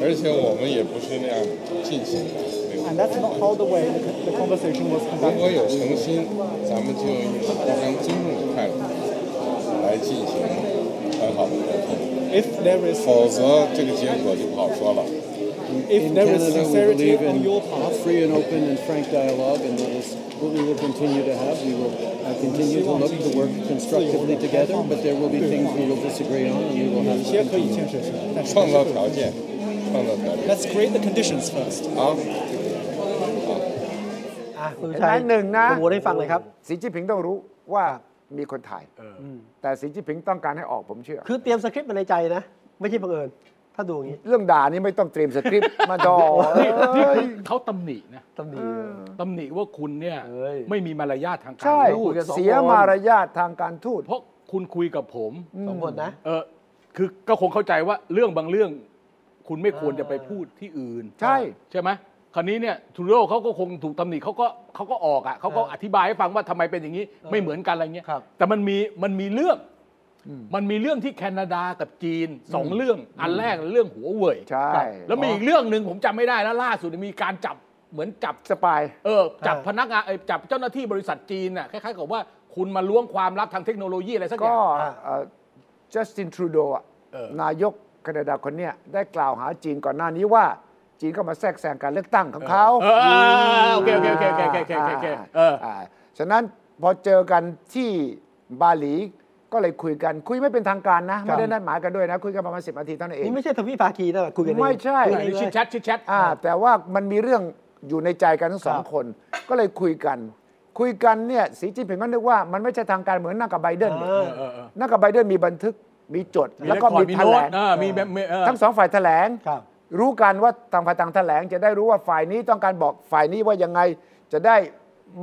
[SPEAKER 5] 而且我们也不是那样进行的。没有
[SPEAKER 4] And that's not how the way the, the conversation was
[SPEAKER 5] 如果
[SPEAKER 4] conducted.
[SPEAKER 5] 有诚心，咱们就以互相尊重的态度来进行很好的沟通，
[SPEAKER 4] If there is
[SPEAKER 5] 否则这个结果就不好说了。
[SPEAKER 4] if there is sincerity on your part,
[SPEAKER 6] free and open and frank dialogue, and that is what we will continue to have. We will uh, continue to look to work constructively together, but there will be things we will disagree on, and we will have
[SPEAKER 4] 有些可以建设性，但是还
[SPEAKER 5] 创
[SPEAKER 4] 是
[SPEAKER 5] 造
[SPEAKER 4] 会有
[SPEAKER 5] 条件，创造条件
[SPEAKER 4] Let's create the conditions first.
[SPEAKER 5] 啊！
[SPEAKER 1] อ่ะคุณ
[SPEAKER 3] เห็น
[SPEAKER 1] ชั
[SPEAKER 3] ไหม
[SPEAKER 1] ย
[SPEAKER 3] หนึ่งนะ
[SPEAKER 1] โอ้โหได้ฟังเลยครับ
[SPEAKER 3] สีจิ้นผิงต้องรู้ว่ามีคนถ่ายแต่สีจิ้นผิงต้องการให้ออกผมเชื่อ
[SPEAKER 1] คือเตรียมสคริปต์มาในใจนะ ไม่ใช่บังเอิญ ถ้าดูอย่างนี้
[SPEAKER 3] เรื่องด่านี่ไม่ต้องเตรียมสคริปต์มาดอ
[SPEAKER 2] นี่นี่คือเขาตำหนินะ
[SPEAKER 1] ตำหนิ
[SPEAKER 2] ตำหนิว่าคุณเนี่ย
[SPEAKER 1] เอ้ย
[SPEAKER 2] ไม่มีมารยาททางการ
[SPEAKER 3] ใช่
[SPEAKER 2] ทูต
[SPEAKER 3] เสียมารยาททางการทูต
[SPEAKER 2] เพราะคุณคุยกับผม
[SPEAKER 1] สองคนนะ
[SPEAKER 2] เออคือก็คงเข้าใจว่าเรื่องบางเรื่อง คุณไม่ควรจะไปพูดที่อื่น
[SPEAKER 3] ใช่
[SPEAKER 2] ใช่ไหมคราวนี้เนี่ยทูโร่เขาก็คงถูกตำหนิเขาก็เขาก็ออกอ่ะเขาก็อธิบายให้ฟังว่าทำไมเป็นอย่างนี้ ไม่เหมือนกันอะไรเงี้ย
[SPEAKER 1] ครับ
[SPEAKER 2] แต่มันมีมันมีเรื่อง มันมีเรื่องที่แคนาดากับจีนสองเรื่องอันแรกเรื่องหัวเว่ย
[SPEAKER 3] ใช่
[SPEAKER 2] แล้วมีอีกเรื่องหนึ่งผมจำไม่ได้แล้วล่าสุดมีการจับเหมือนจับ
[SPEAKER 3] สปาย
[SPEAKER 2] เออจับ
[SPEAKER 1] อ่า
[SPEAKER 2] พนักงานเอ่อจับเจ้าหน้าที่บริษัทจีนน่ะคล้ายๆกับว่าคุณมาล้วงความลับทางเทคโนโลยีอะไรสักอย
[SPEAKER 3] ก็
[SPEAKER 2] ่าง
[SPEAKER 3] จัสตินทรูโด
[SPEAKER 2] เออ
[SPEAKER 3] นายกแคนาดาคนเนี้ยได้กล่าวหาจีนก่อนหน้านี้ว่า จีนเข้ามาแทรกแซงการเลือกตั้งของเขา
[SPEAKER 2] เออโอเคโอเคโอเคโอเคโอเคโอเคโอเคเออ
[SPEAKER 3] าฉะนั้นพอเจอกันที่บาหลีก็เลยคุยกันคุยไม่เป็นทางการนะ
[SPEAKER 1] ครั
[SPEAKER 3] ไม่
[SPEAKER 1] บ
[SPEAKER 3] ได้นัดหมายกันด้วยนะ คุยกันประมาณสินาทีเท่านั้นเอง
[SPEAKER 1] นี่ไม่ใช่ทวีภาคีนะคุยกันเอง
[SPEAKER 3] ไม่ใช่
[SPEAKER 1] คุย
[SPEAKER 2] อั
[SPEAKER 1] กัน นเอ
[SPEAKER 2] นี้
[SPEAKER 1] ง
[SPEAKER 2] ชิดแช
[SPEAKER 1] เลย
[SPEAKER 2] ทชิดแชท
[SPEAKER 3] อ่าแต่ว่ามันมีเรื่องอยู่ในใจกันทั้งสอง
[SPEAKER 1] ครับ
[SPEAKER 3] คน ก็เลยคุยกัน คุยกันเนี่ยสีจิ้นผิงก็นึกว่ามันไม่ใช่ทางการเหมือนนั่งกับไบเดนเนี่ย
[SPEAKER 1] เออ
[SPEAKER 3] นั่งกับไบเดนมีบันทึกมีจด
[SPEAKER 2] มี
[SPEAKER 3] แล้ว
[SPEAKER 2] เรค
[SPEAKER 3] ก็
[SPEAKER 2] คอร์
[SPEAKER 3] มี
[SPEAKER 2] ดมี
[SPEAKER 3] แถ
[SPEAKER 2] โน้
[SPEAKER 3] ล
[SPEAKER 2] ต
[SPEAKER 3] ง
[SPEAKER 2] เออมีแบบมีเออ
[SPEAKER 3] ทั้งสองฝ่ายแถลง
[SPEAKER 1] ครับ
[SPEAKER 3] รู้กันว่าทางฝ่ายต่างแถลงจะได้รู้ว่าฝ่ายนี้ต้องการบอกฝ่ายนี้ว่ายังไงจะได้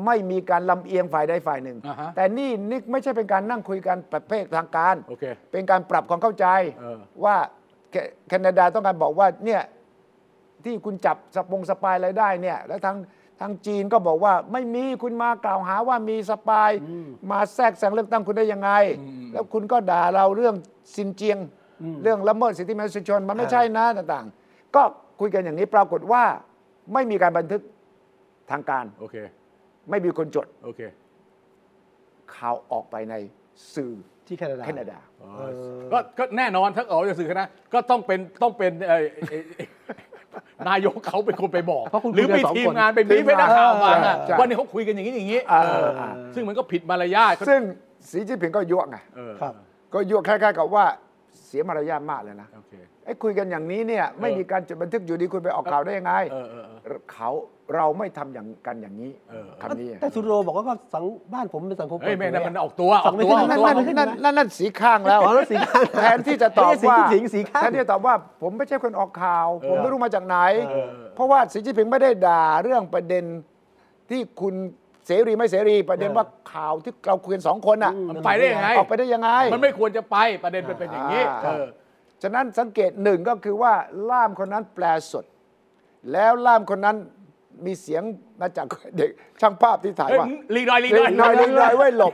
[SPEAKER 3] ไม่มีการลำเอียงฝ่ายใดฝ่ายหนึ่ง
[SPEAKER 2] อ่าฮะ
[SPEAKER 3] แต่นี่นี่ไม่ใช่เป็นการนั่งคุยกันประเภททางการ
[SPEAKER 2] โอเคน
[SPEAKER 3] การปรับความเข้าใจ
[SPEAKER 2] เออ
[SPEAKER 3] ว่าแคแคนาดาต้องการบอกว่าเนี่ยที่คุณจับสปงสปายอะไรได้เนี่ยแล้วทางทางจีนก็บอกว่าไม่มีคุณมากล่าวหาว่ามีสปายมาแทรกแซงเลือกตั้งคุณได้ยังไง แล้วคุณก็ด่าเราเรื่องซินเจียง เรื่องละเมิดสิทธิมนุษยชนมันไม่ใช่นะต่างๆ ก็คุยกันอย่างนี้ปรากฏว่าไม่มีการบันทึกทางการ
[SPEAKER 2] โอเค
[SPEAKER 3] ไม่มีคนจด
[SPEAKER 2] โอเค
[SPEAKER 3] ข่าวออกไปในสื่อ
[SPEAKER 1] ที่แคนาดา
[SPEAKER 3] แคนาดา
[SPEAKER 2] ก็ก็แน่นอนถ้าออกจากสื่อนะก็ต้องเป็นต้องเป็นเอ่อเอ่อเอ่อน ายกเขาเป็นคนไปบอก
[SPEAKER 1] เพราะคุณ
[SPEAKER 2] หรือ
[SPEAKER 1] คุย
[SPEAKER 2] มี
[SPEAKER 1] กันสอง
[SPEAKER 2] ทีม
[SPEAKER 1] คน
[SPEAKER 2] งานไปบีบไปนักข่าวมา
[SPEAKER 3] ใช่ใช่
[SPEAKER 2] ว่านี่เขาคุยกันอย่างนี้อย่างนี้เออซึ่งมันก็ผิดมารยาท
[SPEAKER 3] ซึ่งสีจิ้นผิงก็ยั่วไง
[SPEAKER 2] เออ
[SPEAKER 1] ครับ
[SPEAKER 3] ก็ยั่วคล้ายๆกับว่าเสียมารยาทมากเลยนะ
[SPEAKER 2] โอเค
[SPEAKER 3] ไอ้คุยกันอย่างนี้เนี่ยไม่มีการจดบันทึกอยู่ดีคุณไปออกข่าวได้ยังไง
[SPEAKER 2] เออเออเออ
[SPEAKER 3] เขาเราไม่ทำอย่างกันอย่างนี้
[SPEAKER 2] เออ
[SPEAKER 3] คำนี้
[SPEAKER 1] แต่สุโรบอกว่าก็สังบ้านผมเป็นสังคม
[SPEAKER 2] เฮ้ยแม่
[SPEAKER 1] เปิด
[SPEAKER 2] นั่
[SPEAKER 1] เผ
[SPEAKER 2] นมัน
[SPEAKER 1] ย
[SPEAKER 2] ออกตัว
[SPEAKER 1] ส
[SPEAKER 2] ออ
[SPEAKER 1] อง
[SPEAKER 2] ก
[SPEAKER 1] ไม่
[SPEAKER 2] ตัว
[SPEAKER 1] ใช่
[SPEAKER 2] ออก
[SPEAKER 1] นั่น
[SPEAKER 2] ตัว
[SPEAKER 1] นั่น
[SPEAKER 3] นั่นนั่นนั่นสีข้างแล้ว
[SPEAKER 1] อ๋อนั่นสีข้าง
[SPEAKER 3] แทนที่จะตอบ
[SPEAKER 1] ไม่ใช่สี
[SPEAKER 3] ว่า
[SPEAKER 1] สีสีข้าง
[SPEAKER 3] แทนที่จะตอบว่า ผมไม่ใช่คนออกข่าว
[SPEAKER 1] เออ
[SPEAKER 3] ผมไม่รู้มาจากไหน
[SPEAKER 1] เออ
[SPEAKER 3] เพราะว่าสีจิ้นผิงไม่ได้ด่าเรื่องประเด็นที่คุณเสรีไม่เสรีประเด็นว่าข่าวที่เราคุยกันสองคนอ่ะ
[SPEAKER 2] มันไปได้ยังไง
[SPEAKER 3] ออกไปได้ยังไง
[SPEAKER 2] มันไม่ควรจะไปประเด็นมันเป็นอย่างนี้
[SPEAKER 3] อ่า
[SPEAKER 2] เออ
[SPEAKER 3] ฉะนั้นสังเกตหนึ่งก็คือว่าล่ามคนนั้นแปลสด แล้วล่ามคนนั้นมีเสียงมาจากเด็กช่างภาพที่ถ่าย
[SPEAKER 2] เอ้ย
[SPEAKER 3] ว่า
[SPEAKER 2] ลีดอยลีดอย
[SPEAKER 3] หน่อยลิงหน่อยไว้หลบ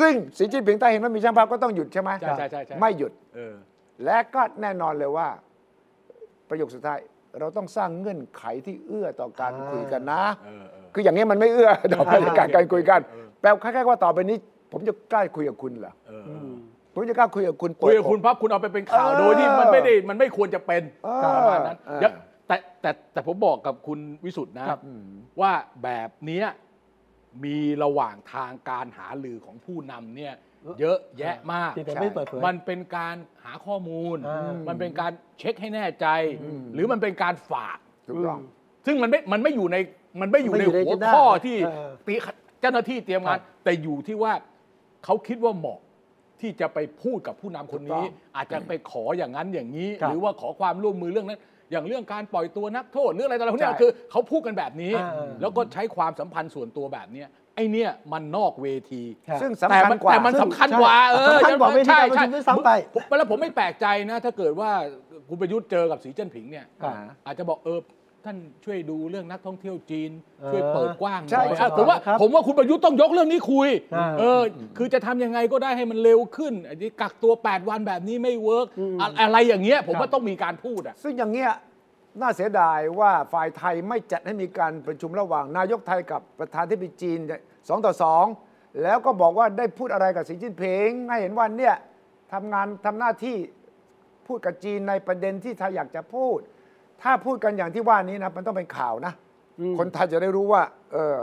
[SPEAKER 3] ซึ่งสีจิ้นผิงใต้เห็นว่ามีช่างภาพก็ต้องหยุดใช่ไหม
[SPEAKER 2] ใช่ใช่ใช่ใช่
[SPEAKER 3] ไม่หยุด
[SPEAKER 2] เออ
[SPEAKER 3] และก็แน่นอนเลยว่า ประโยคสุดท้าย เราต้องสร้างเงื่อนไขที่เอื้อต่อการคุยกันนะ
[SPEAKER 2] เออเออ
[SPEAKER 3] คืออย่างนี้มันไม่เอื้อต่อบรรยากาศการคุยกัน แปลว่าคล้ายๆว่าต่อไปนี้ ผมจะกล้าคุยกับคุณเหรอ
[SPEAKER 2] เออเออ
[SPEAKER 3] ผมจะกล้าคุยกับคุณเปิ
[SPEAKER 2] คุ
[SPEAKER 3] ด
[SPEAKER 2] ยกับคุณ
[SPEAKER 3] อก
[SPEAKER 2] พับคุณเอาไปเป็นข่าว
[SPEAKER 3] เออ
[SPEAKER 2] โดยที่มันไม่ได้มันไม่ควรจะเป็น
[SPEAKER 3] เออ
[SPEAKER 2] ประมาณนั้น
[SPEAKER 3] เออ
[SPEAKER 2] เดี๋ยวแต่แต่แต่ผมบอกกับคุณวิสุทธ์นะว่าแบบเนี้ยมีระหว่างทางการหาลือของผู้นำเนี่ยเยอะแยะมาก
[SPEAKER 1] ที่แต่ไม่เปิดเผย
[SPEAKER 2] มันเป็นการหาข้อมูล
[SPEAKER 1] อืม
[SPEAKER 2] มันเป็นการเช็คให้แน่ใจ หรือมันเป็นการฝาก
[SPEAKER 3] ถูกต้อง
[SPEAKER 2] ซึ่งมันไม่ มันไม่อยู่ใน มันไม่อยู่
[SPEAKER 1] มัน
[SPEAKER 2] ใน
[SPEAKER 1] ไม่อยู่ใน
[SPEAKER 2] หัว
[SPEAKER 1] agenda
[SPEAKER 2] ข้อที่
[SPEAKER 1] เออ
[SPEAKER 2] ตีเจ้าหน้าที่เตรียมงาน แต่อยู่ที่ว่าเขาคิดว่าเหมาะที่จะไปพูดกับผู้นำคนนี้ อาจจะไปขออย่างนั้นอย่างนี้
[SPEAKER 1] ครับ
[SPEAKER 2] หรือว่าขอความร่วมมือเรื่องนั้น อย่างเรื่องการปล่อยตัวนักโทษเรื่องอะไรต่างๆพวกเนี้ย
[SPEAKER 3] ใช่
[SPEAKER 2] คือเขาพูดกันแบบนี้
[SPEAKER 1] เออ
[SPEAKER 2] แล้วก็ใช้ความสัมพันธ์ส่วนตัวแบบเนี้ยไอเนี้ยมันนอกเวที
[SPEAKER 1] ครับ
[SPEAKER 3] ซึ่งสำคัญกว่า
[SPEAKER 2] แต่มันสำคัญกว่าเออ
[SPEAKER 1] สำคัญกว่าเวทีการประชุมด้วยซ้ำไป
[SPEAKER 2] ผมแล้วผมไม่แปลกใจนะ ถ้าเกิดว่าคุณประยุทธ์เจอกับสีเจิ้นผิงเนี่ย
[SPEAKER 1] ครับ
[SPEAKER 2] อาจจะบอกเออท่านช่วยดูเรื่องนักท่องเที่ยวจีน
[SPEAKER 1] เออ
[SPEAKER 2] ช่วยเปิดกว้างห
[SPEAKER 3] ใช่
[SPEAKER 2] น่อย
[SPEAKER 3] ครับ
[SPEAKER 2] อ่ะผมว่า
[SPEAKER 1] ครับ
[SPEAKER 2] ผมว่าคุณประยุทธ์ต้องยกเรื่องนี้คุย
[SPEAKER 1] อ่า
[SPEAKER 2] เออคือจะทำยังไงก็ได้ให้มันเร็วขึ้นไอ้ที่กักตัว 8 วันแบบนี้ไม่เวิร์กอะอะไรอย่างเงี้ยผมว่าต้องมีการพูดอ่ะ
[SPEAKER 3] ซึ่งอย่างเงี้ยน่าเสียดายว่าฝ่ายไทยไม่จัดให้มีการประชุมระหว่างนายกไทยกับประธานที่ปจีนสองต่อสองแล้วก็บอกว่าได้พูดอะไรกับสีจิ้นผิงให้เห็นว่าเนี่ยทำงานทำหน้าที่พูดกับจีนในประเด็นที่ไทยอยากจะพูด ถ้าพูดกันอย่างที่ว่านี้นะมันต้องเป็นข่าวนะ คนไทยจะได้รู้ว่าเออ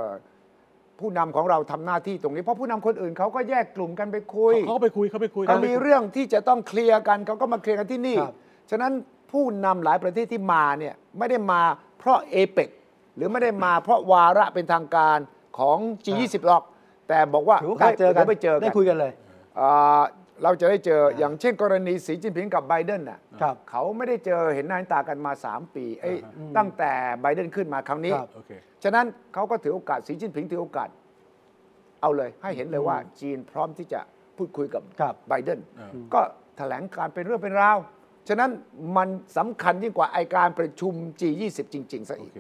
[SPEAKER 3] ผู้นำของเราทำหน้าที่ตรงนี้ เพราะผู้นำคนอื่นเขาก็แยกกลุ่มกันไปคุย
[SPEAKER 2] เขาก็ไปคุยเขาไปคุย
[SPEAKER 3] ก็
[SPEAKER 2] เขาไป
[SPEAKER 3] มี
[SPEAKER 2] คุย
[SPEAKER 3] เรื่องที่จะต้องเคลียร์กันเขาก็มาเคลียร์กันที่นี่
[SPEAKER 1] ครับ
[SPEAKER 3] ฉะนั้นผู้นำหลายประเทศที่มาเนี่ยไม่ได้มาเพราะเอเปกหรือไม่ได้มาเพราะวาระเป็นทางการของ G20 หรอก แต่บอกว่า
[SPEAKER 1] ถือโอกาสเจอกัน
[SPEAKER 3] ไปเจอกัน
[SPEAKER 1] ได้คุยกันเลย
[SPEAKER 3] อ่าเราจะได้เจออย่างเช่นกรณีสีจิ้นผิงกับไบเดนน่ะ
[SPEAKER 1] ครับ
[SPEAKER 3] เขาไม่ได้เจอเห็นหน้าเห็นตากันมา 3 ปีเอ้ยตั้งแต่ไบเดนขึ้นมาครั้งนี้
[SPEAKER 1] ครับ
[SPEAKER 2] โอเค
[SPEAKER 3] ฉะนั้นเขาก็ถือโอกาสสีจิ้นผิงถือโอกาส เอาเลยให้เห็นเลยว่าจีนพร้อมที่จะพูดคุยกับ
[SPEAKER 1] ครับ
[SPEAKER 3] ไบเดนก็แถลงการเป็นเรื่องเป็นราว ฉะนั้นมันสำคัญยิ่งกว่าไอการประชุม G20 จริง ๆซะอีก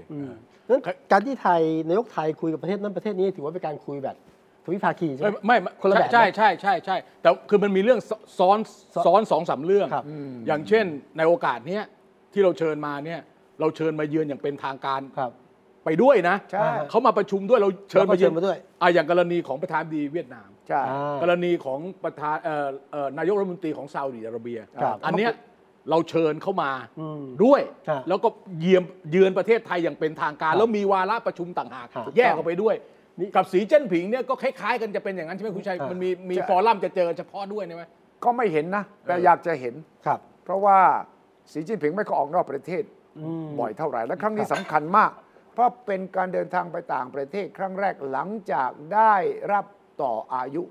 [SPEAKER 1] นั้นการที่ไทยนายกไทยคุยกับประเทศนั้นประเทศนี้ถือว่าเป็นการคุยแบบทวิภาคีใช่ไหม
[SPEAKER 2] ไม่ไม่ไม่
[SPEAKER 1] คนละแบบ
[SPEAKER 2] ใช่ใช่ใช่ใช่แต่คือมันมีเรื่องซซ้อนซ้อนสองสามเรื่อง
[SPEAKER 1] ครับ
[SPEAKER 2] อย่างเช่นในโอกาสเนี้ยที่เราเชิญมาเนี่ยเราเชิญมาเยือนอย่างเป็นทางการไปด้วยนะ
[SPEAKER 3] ใช่
[SPEAKER 2] เขามาประชุมด้วยเราเชิญมาเยือน
[SPEAKER 1] เราก็เชิญมาด้วย
[SPEAKER 2] อ่ะอย่างกรณีของประธานดีเวียดนาม
[SPEAKER 3] ใช่
[SPEAKER 1] อ่า
[SPEAKER 2] กรณีของประธานเอ่อเอ่อนายกรัฐมนตรีของซาอุดิอาระเบีย
[SPEAKER 1] ครับ
[SPEAKER 2] อันเนี้ย เราเชิญเข้ามาด้วย
[SPEAKER 1] ครับ
[SPEAKER 2] แล้วก็เยี่ยมเยือนประเทศไทยอย่างเป็นทางการ แล้วมีวาระประชุมต่างหาก
[SPEAKER 1] ครับ
[SPEAKER 2] แยกออกไปด้วย กับสีเจิ้นผิงเนี่ยก็คล้ายๆกันจะเป็นอย่างนั้นใช่ไหมคุณชัย
[SPEAKER 1] ครับ
[SPEAKER 2] มันมีมี
[SPEAKER 3] จะ
[SPEAKER 2] ฟอรัมจะเจอเฉพาะด้วยใช่ไหม
[SPEAKER 3] ก็ไม่เห็นนะ แต่
[SPEAKER 2] เออ
[SPEAKER 3] อ
[SPEAKER 2] อ
[SPEAKER 3] ยากจะเห็น
[SPEAKER 1] ครับ
[SPEAKER 3] เพราะว่าสีจิ้นผิงไม่ก็ออกนอกประเทศบ่อยเท่าไหร่ และครั้งนี้สำคัญมาก เพราะเป็นการเดินทางไปต่างประเทศครั้งแรกหลังจากได้รับต่ออายุ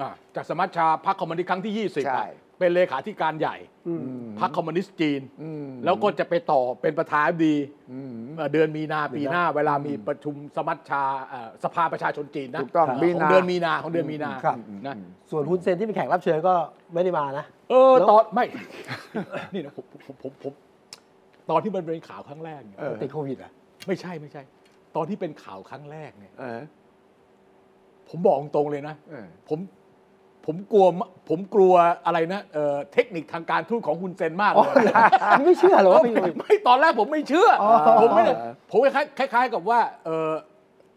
[SPEAKER 2] อ่าจากสมัชชาพรรคคอมมิวนิสต์ครั้งที่ 20
[SPEAKER 3] ใช่
[SPEAKER 2] อ่ะเป็นเลขาธิการใหญ่พรรคคอมมิวนิสต์จีน แล้วก็จะไปต่อเป็นประธานาธิบดีเอ่อเดือนมีนาปีหน้า เวลามีประชุมสมัชชาเอ่อสภาประชาชนจีนนะ
[SPEAKER 3] ถูกต้อง
[SPEAKER 2] ข
[SPEAKER 3] มี
[SPEAKER 2] อง
[SPEAKER 3] นา
[SPEAKER 2] เดือนมีนาของเดือนมีนา
[SPEAKER 1] ครับ
[SPEAKER 2] นะ
[SPEAKER 1] ส่วนฮุนเซนที่เป็นแขกรับเชิญก็ไม่ได้มานะ
[SPEAKER 2] เออ
[SPEAKER 1] แล้ว
[SPEAKER 2] ตอนไม่ นี่นะผมผมผมผมตอนที่มันเป็นข่าวครั้งแรกเนี่ย
[SPEAKER 1] ติดโควิดเหรอ่ะ
[SPEAKER 2] ไม่ใช่ไม่ใช่ ตอนที่เป็นข่าวครั้งแรกเนี่ย
[SPEAKER 3] เออ
[SPEAKER 2] ผมบอกตรงๆเลยนะ
[SPEAKER 3] เออ
[SPEAKER 2] ผมผมกลัวมผมกลัวอะไรนะเอ่อเทคนิคทางการทูตของคุณเซนมากเลย
[SPEAKER 1] ไม่เชื่อเหรอว่า
[SPEAKER 2] ไม่
[SPEAKER 1] เป็นโควิด
[SPEAKER 2] ไม่ตอนแรก ผมไม่เชื่ออ
[SPEAKER 1] อ
[SPEAKER 2] ผมไม่ได้ผมคล้ายๆคล้าย ๆ กับว่าเอ่อ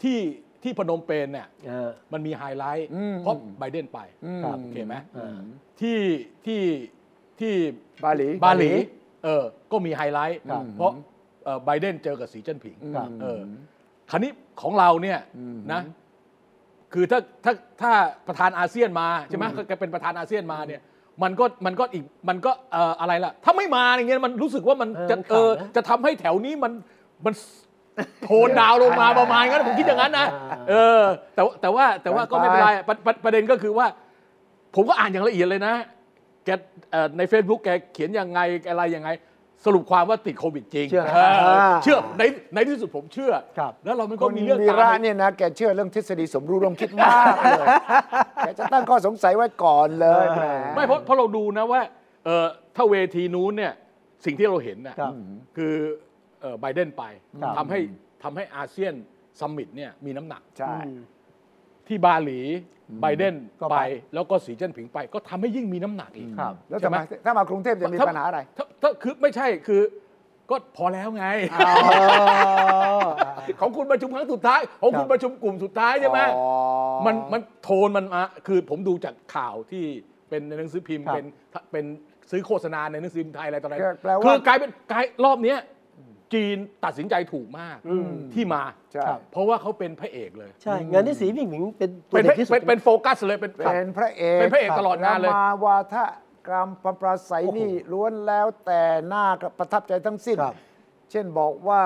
[SPEAKER 2] ที่ที่พนมเปญเนี่ย
[SPEAKER 1] เออ
[SPEAKER 2] มันมีไฮไลท์
[SPEAKER 3] อืม
[SPEAKER 2] เพราะไบเดนไป
[SPEAKER 1] ครับ
[SPEAKER 2] โอเคไหม
[SPEAKER 1] เออ
[SPEAKER 2] ที่ที่ที่
[SPEAKER 3] บาหลี
[SPEAKER 2] บาหลีเออก็มีไฮไลท์
[SPEAKER 1] ครับ
[SPEAKER 2] เพราะเอ่อไบเดนเจอกับสีจิ้นผิง
[SPEAKER 1] ครับ
[SPEAKER 2] เออคราวนี้ของเราเนี่ยนะ คือถ้าถ้าถ้าประธานอาเซียนมาใช่ไหมก็เป็นประธานอาเซียนมาเนี่ย มันก็มันก็อีกมันก็เอ่ออะไรล่ะ ถ้าไม่มาอย่างเงี้ยมันรู้สึกว่ามัน
[SPEAKER 1] เออ
[SPEAKER 2] จะ
[SPEAKER 1] มันขาดนะ
[SPEAKER 2] เออจะทำให้แถวนี้มันมันโทนดาวน์ลงมาประมาณงั้นผมคิดอย่างนั้นนะ
[SPEAKER 1] อ่า
[SPEAKER 2] เออ แต่ว่าแต่ว่าแต่ว่าก็ไม่เป็นไรประประประเด็นก็คือว่า ผมก็อ่านอย่างละเอียดเลยนะแกเอ่อใน Facebook แกเขียนยังไงอะไรยังไง สรุปความว่าติดโควิดจริง
[SPEAKER 1] เชื่อ
[SPEAKER 2] เออ
[SPEAKER 1] อ่า
[SPEAKER 2] เชื่อในในที่สุดผมเชื่อ
[SPEAKER 1] ครับ
[SPEAKER 2] แล้วเรามัน
[SPEAKER 3] คุ
[SPEAKER 2] ก็
[SPEAKER 3] ณ
[SPEAKER 2] มีเรื่อง
[SPEAKER 3] วี
[SPEAKER 2] ตาม
[SPEAKER 3] ระ
[SPEAKER 2] มา
[SPEAKER 3] เนี่ยนะ แกเชื่อเรื่องทฤษฎีสมรู้ร่วมคิดมาก เลย แกจะตั้งข้อสงสัยไว้ก่อนเลยแหม
[SPEAKER 2] ไม่เพราะเพราะเราดูนะว่าเอ่อถ้าเวทีนู้นเนี่ยสิ่งที่เราเห็นนะครับ คือเอ่อไบเดนไป
[SPEAKER 1] ครับ
[SPEAKER 2] ทำให้ทำให้อาเซียนซัมมิตเนี่ยมีน้ำหนัก
[SPEAKER 3] ใช่
[SPEAKER 2] ที่บาหลีไบเดน
[SPEAKER 1] ก็ไป
[SPEAKER 2] ไป แล้วก็สีเจิ้นผิงไป ก็ทำให้ยิ่งมีน้ำหนักอีก
[SPEAKER 1] ครับ
[SPEAKER 3] แล้วทำไมถ้ามากรุงเทพจะมี
[SPEAKER 2] ถ้
[SPEAKER 3] ปัญหาอะไร
[SPEAKER 2] ถ้ถ้าคือไม่ใช่คือก็พอแล้วไง ของคุณประชุมครั้งสุดท้าย ของคุณประชุมกลุ่มสุดท้ายใช่ไหม
[SPEAKER 3] อ๋อ
[SPEAKER 2] มันมันโทนมันมาคือผมดูจากข่าวที่เป็นในหนังสือพิมพ์
[SPEAKER 1] ครับ
[SPEAKER 2] เป็นเป็นซื้อโฆษณาในหนังสือพิมพ์ไทยอะไรตอนไหน
[SPEAKER 3] แปลแปลว่า
[SPEAKER 2] คือกลายเป็นกลายรอบเนี้ยจีนตัดสินใจถูกมากที่มา
[SPEAKER 3] ใช่
[SPEAKER 2] เพราะว่าเขาเป็นพระเอกเลย
[SPEAKER 1] ใช่งานที่สีผิงผิงเป็นตัว
[SPEAKER 2] เป็น
[SPEAKER 1] เด็กที่สุด
[SPEAKER 2] เป็นเป็นโฟกัสเลยเป็น
[SPEAKER 3] เป็นพระเอก
[SPEAKER 2] เป็นพระเอกตลอดงานเลย
[SPEAKER 3] แะมาวาทะกรรมปปราศัยนี่ล้วนแล้วแต่หน้าประทับใจทั้งสิ้น
[SPEAKER 1] ครับ
[SPEAKER 3] เช่นบอกว่า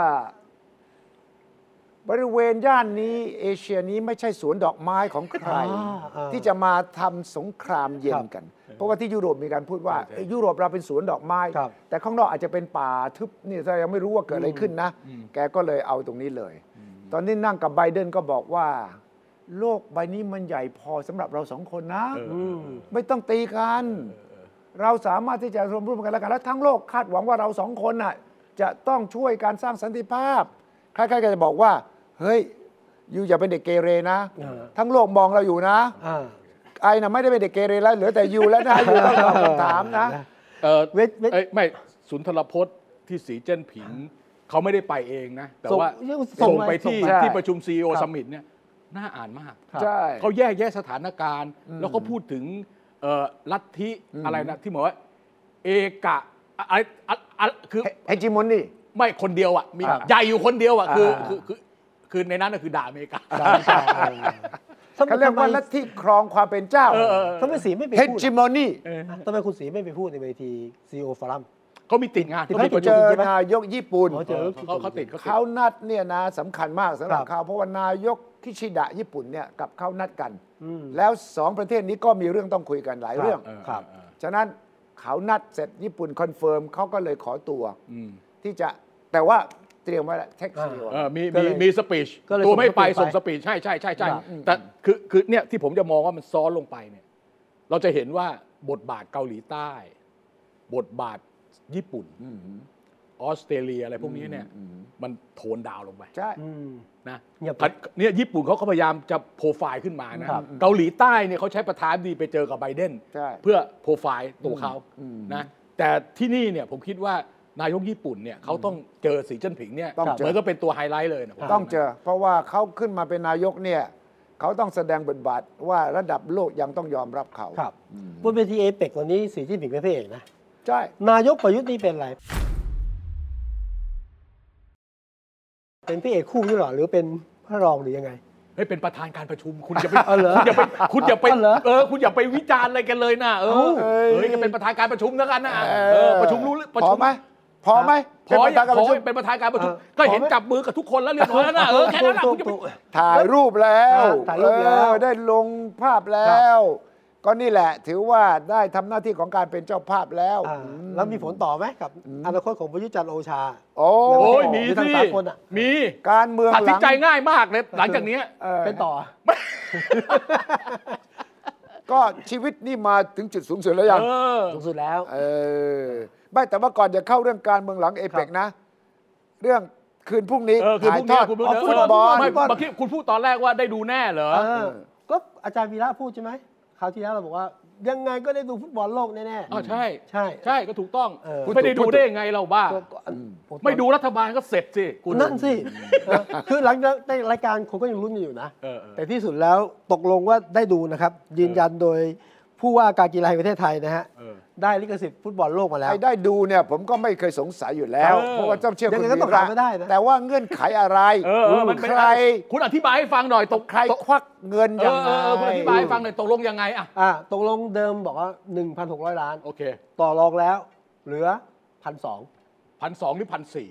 [SPEAKER 3] บริเวณย่านนี้เอเชียนี้ไม่ใช่สวนดอกไม้ของใคร
[SPEAKER 1] อ่าอ่า
[SPEAKER 3] ที่จะมาทำสงครามเย็
[SPEAKER 1] คน รับ
[SPEAKER 3] กัน เพราะว่าที่ยุโรปมีการพูดว่า
[SPEAKER 2] ใช่
[SPEAKER 3] เอ้ยยุโรปเราเป็นสวนดอกไม้
[SPEAKER 1] ครับ
[SPEAKER 3] แต่ข้างนอกอาจจะเป็นป่าทึบนี่เรายังไม่รู้ว่าเกิดอะไรขึ้นนะ แกก็เลยเอาตรงนี้เลย ตอนนี้นั่งกับไบเดนก็บอกว่า โลกใบนี้มันใหญ่พอสำหรับเราสองคนนะ
[SPEAKER 1] ม
[SPEAKER 3] ไม่ต้องตีกัน เราสามารถที่จะร่วมร่วมกันแล้วกัน และทั้งโลกคาดหวังว่าเราสองคนน่ะจะต้องช่วยการสร้างสันติภาพ ใครๆก็จะบอกว่า เฮ้ย อยู่อย่าเป็นเด็กเกเรนะ
[SPEAKER 1] เออ
[SPEAKER 3] ทั้งโลกมองเราอยู่นะ
[SPEAKER 1] อ่า
[SPEAKER 3] ไอ้น่ะไม่ได้เป็นเด็กเกเรแล้ว เหลือแต่ยูแล้วนะยูต้องตอบคำถามนะ
[SPEAKER 2] เออ
[SPEAKER 1] เวทเวท
[SPEAKER 2] อ้ยไม่สุนทรพจน์ที่สีเจิ้นผิง เขาไม่ได้ไปเองนะ แต่
[SPEAKER 1] ส่ง
[SPEAKER 2] ว่า
[SPEAKER 1] ส่
[SPEAKER 2] ส่
[SPEAKER 1] ง
[SPEAKER 2] ง
[SPEAKER 1] มา
[SPEAKER 2] ไปที่
[SPEAKER 1] ส่งมา
[SPEAKER 3] ใช่
[SPEAKER 2] ที่ประชุมซีโอ
[SPEAKER 1] ครับ
[SPEAKER 2] สมิธเนี่ยน่าอ่านมาก
[SPEAKER 1] ครับ
[SPEAKER 3] ใช่
[SPEAKER 2] เขาแยกแยะสถานการณ์ แล้วก็พูดถึงเอ่อลัทธิอะไรนะ ที่เหมือนว่า เอกะอะไรอะอะคือ
[SPEAKER 3] ไอจิมอนนี่
[SPEAKER 2] ไม่คนเดียวอ่ะมี
[SPEAKER 3] ครับ
[SPEAKER 2] ใหญ่อยู่คนเดียวอ่ะคือ
[SPEAKER 3] อ่า
[SPEAKER 2] คือคือคือในนั้นน่ะคือด่าอเมริกา
[SPEAKER 1] ทำไม
[SPEAKER 3] เขาเรียกว่าลัทธิครองความเป็นเจ้า
[SPEAKER 2] เออเออ
[SPEAKER 1] ทำไมสีไม่ไป
[SPEAKER 3] เฮ
[SPEAKER 1] พูด
[SPEAKER 3] จิมอนี่
[SPEAKER 1] ทำไมคุณสีไม่ไปพูดในเวทีซีโอฟอรัม
[SPEAKER 2] เขามีติดงานเขามีประ
[SPEAKER 3] เจ
[SPEAKER 2] ชุม
[SPEAKER 3] อนายกญี่ปุ่น
[SPEAKER 1] อ๋อ เจอที่
[SPEAKER 2] เขาเขาติดเขาติด
[SPEAKER 3] เขานัดเนี่ยนะสำคัญมากสำหรับ
[SPEAKER 1] ครับ
[SPEAKER 3] เขาเพราะว่านายกคิชิดะญี่ปุ่นเนี่ยกับเขานัดกัน แล้วสองประเทศนี้ก็มีเรื่องต้องคุยกันหลาย
[SPEAKER 1] ครับ
[SPEAKER 3] เรื่อง
[SPEAKER 1] เออครับ
[SPEAKER 3] ฉะนั้นเขานัดเสร็จญี่ปุ่นคอนเฟิร์มเขาก็เลยขอตัวที่จะแต่ว่าเตรียมไว้แล้วเท็กซ์
[SPEAKER 2] เออมี
[SPEAKER 1] ก็
[SPEAKER 2] มี
[SPEAKER 1] เลย
[SPEAKER 2] มีสปีช
[SPEAKER 1] ก็เลย
[SPEAKER 2] ตัวไม่ไป
[SPEAKER 1] ส่
[SPEAKER 2] ส่
[SPEAKER 1] ง
[SPEAKER 2] ง
[SPEAKER 1] ส
[SPEAKER 2] ส
[SPEAKER 1] ปีช
[SPEAKER 2] ปีชใช่ใช่ใช่ใช่
[SPEAKER 1] ครับ
[SPEAKER 2] แต่คือคือเนี่ยที่ผมจะมองว่ามันซ้อนลงไปเนี่ย เราจะเห็นว่าบทบาทเกาหลีใต้ บทบาทญี่ปุ่นออสเตรเลียอะไรพวกนี้เนี่ยมันโทนดาวน์ลงไป
[SPEAKER 3] ใช่
[SPEAKER 1] อืม
[SPEAKER 2] นะ
[SPEAKER 1] เงียบไป
[SPEAKER 2] เนี่ยญี่ปุ่นเขาก็พยายามจะโปรไฟล์ขึ้นมานะครับ เกาหลีใต้เนี่ยเขาใช้ประธานาธิบดีไปเจอกับไบเดน
[SPEAKER 3] ใช่
[SPEAKER 2] เพื่อโปรไฟล์ตัวเขานะแต่ที่นี่เนี่ยผมคิดว่านายกญี่ปุ่นเนี่ยเขาต้องเจอสีจิ้นผิงเนี่ย
[SPEAKER 3] ต้องเจอ
[SPEAKER 2] เหมือนก็เป็นตัวไฮไลท์เลยนะผม
[SPEAKER 3] ต้องเจอ เพราะว่าเขาขึ้นมาเป็นนายกเนี่ย เขาต้องแสดงบทบาทว่าระดับโลกยังต้องยอมรับเขา
[SPEAKER 1] ครับบนเวทีเอเปกวันนี้สีจิ้นผิงเป็นพระเอกนะ
[SPEAKER 3] ใช่
[SPEAKER 1] นายกประยุทธ์นี่เป็นอะไร เป็นพระเอกคู่ด้วยเหรอ หรือเป็นพระรองหรือยังไง
[SPEAKER 2] เฮ้ยเป็นประธานการประชุม คุณอย่าไป
[SPEAKER 1] เอาเหรอ
[SPEAKER 2] คุณอย่าไปคุณอย่าไป
[SPEAKER 1] เอาเหรอ
[SPEAKER 2] เออคุณอย่าไปวิจารณ์อะไรกันเลยนะเออ
[SPEAKER 1] เอ้า
[SPEAKER 2] เฮ้ยก็เป็นประธานการประชุมแล้วกันนะเออประชุมรู้เรื่องประ
[SPEAKER 3] พ
[SPEAKER 2] ชุ
[SPEAKER 3] อ
[SPEAKER 2] ม
[SPEAKER 3] ไหมพอไหม
[SPEAKER 2] พอ
[SPEAKER 3] เป็นประธานการประชุม
[SPEAKER 2] เป็นประธานการประชุม
[SPEAKER 1] เออ
[SPEAKER 2] ก็เห็น
[SPEAKER 1] พอไหม
[SPEAKER 2] จับมือกับทุกคนแล้วเรียบร้อยแล้วนะเออแค่นั้นแหละ
[SPEAKER 1] ตุ๊
[SPEAKER 2] คุณจะไป
[SPEAKER 1] ตุ๊ตุ๊
[SPEAKER 3] ถ่ายรูปแล้ว
[SPEAKER 1] ถ่ายรูปแล้ว
[SPEAKER 3] เออได้ลงภาพแล้ว ก็นี่แหละ ถือว่าได้ทำหน้าที่ของการเป็นเจ้าภาพแล้ว
[SPEAKER 1] อ่า
[SPEAKER 3] อืม
[SPEAKER 1] แล้วมีผลต่อไหมกับอนาคตของประยุทธ์จันทร์โอชา
[SPEAKER 3] โอ้
[SPEAKER 1] โ
[SPEAKER 2] โอ้ยมี
[SPEAKER 1] หรือทาง
[SPEAKER 2] สิ
[SPEAKER 1] สากลอะ
[SPEAKER 2] มี
[SPEAKER 3] การเมือง
[SPEAKER 2] ตัด
[SPEAKER 3] ห
[SPEAKER 2] สิน
[SPEAKER 3] ลัง
[SPEAKER 2] ใจง่ายมากเลยหลังจากเนี้ย
[SPEAKER 3] ออ
[SPEAKER 1] เป็นต่อ
[SPEAKER 3] ก็ชีวิตนี่มาถึงจุดสูงสุดแล้วยัง
[SPEAKER 2] เออ
[SPEAKER 1] สูงสุดแล้ว
[SPEAKER 3] เออไม่แต่ว่าก่อนจะเข้าเรื่องการเมืองหลังเอเปกนะ เรื่องคืนพรุ่งนี้
[SPEAKER 2] เออคือพก
[SPEAKER 3] ถ่ายวท
[SPEAKER 2] เนี้
[SPEAKER 3] อย ด
[SPEAKER 2] คุณพูด
[SPEAKER 3] อ๋อ
[SPEAKER 2] เอ
[SPEAKER 3] ฟุต
[SPEAKER 2] อบ
[SPEAKER 3] อล
[SPEAKER 2] ไม่
[SPEAKER 1] ฟุตบอล
[SPEAKER 2] เมื่อกี้คุณพูดตอนแรกว่าได้ดูแน่เหรอ
[SPEAKER 1] เออก็อาจารย์วีระพูดใช่ไหมคราวที่แล้วเราบอกว่า ยังไงก็ได้ดูฟุตบอลโลกแน่ๆ
[SPEAKER 2] อ๋อใช่
[SPEAKER 1] ใช่
[SPEAKER 2] ใช่ก็ถูกต้อง
[SPEAKER 1] เออ
[SPEAKER 2] ไม่ได้ดูได้ยังไงเราบ้า
[SPEAKER 1] ก็ก็ผ
[SPEAKER 2] ไม่ดูรัฐบาลก็เสร็จสิคุณ
[SPEAKER 1] นั่นสิ เออคือหลังจากได้รายการคนก็ยังลุ้นกันอยู่นะ
[SPEAKER 2] เออเออ
[SPEAKER 1] แต่ที่สุดแล้วตกลงว่าได้ดูนะครับ ยืนยันโดยผู้ว่าการกีฬาแห่งประเทศไทยนะฮะ
[SPEAKER 2] เออ
[SPEAKER 1] ได้ลิขสิทธิ์ฟุตบอลโลกมาแล้ว
[SPEAKER 3] ไอ้ได้ดูเนี่ย ผมก็ไม่เคยสงสัยอยู่แล้ว
[SPEAKER 2] เออ
[SPEAKER 3] เพราะว่าเจ้าเชื่อ
[SPEAKER 1] ยัง
[SPEAKER 3] คุณ
[SPEAKER 1] ไงก็ต้อง
[SPEAKER 3] วีระ
[SPEAKER 1] หามาได้นะ
[SPEAKER 3] แต่ว่าเงื่อนไขอะไร
[SPEAKER 2] เออเออมันเป็น
[SPEAKER 3] ใคร
[SPEAKER 2] คุณอธิบายให้ฟังหน่อยตก
[SPEAKER 3] ใครควักเงิน
[SPEAKER 2] เอ
[SPEAKER 3] ยัง
[SPEAKER 2] อ
[SPEAKER 3] ไง
[SPEAKER 2] เออเออคุณอธิบายให้ฟังหน่อยตกลงยังไงอ่ะ
[SPEAKER 1] อ่าตกลงเดิมบอกว่า 1,600 ล้าน
[SPEAKER 2] โอเค
[SPEAKER 1] ต่อรองแล้ว เหลือพันสอง
[SPEAKER 2] พันสองหรือพันสี่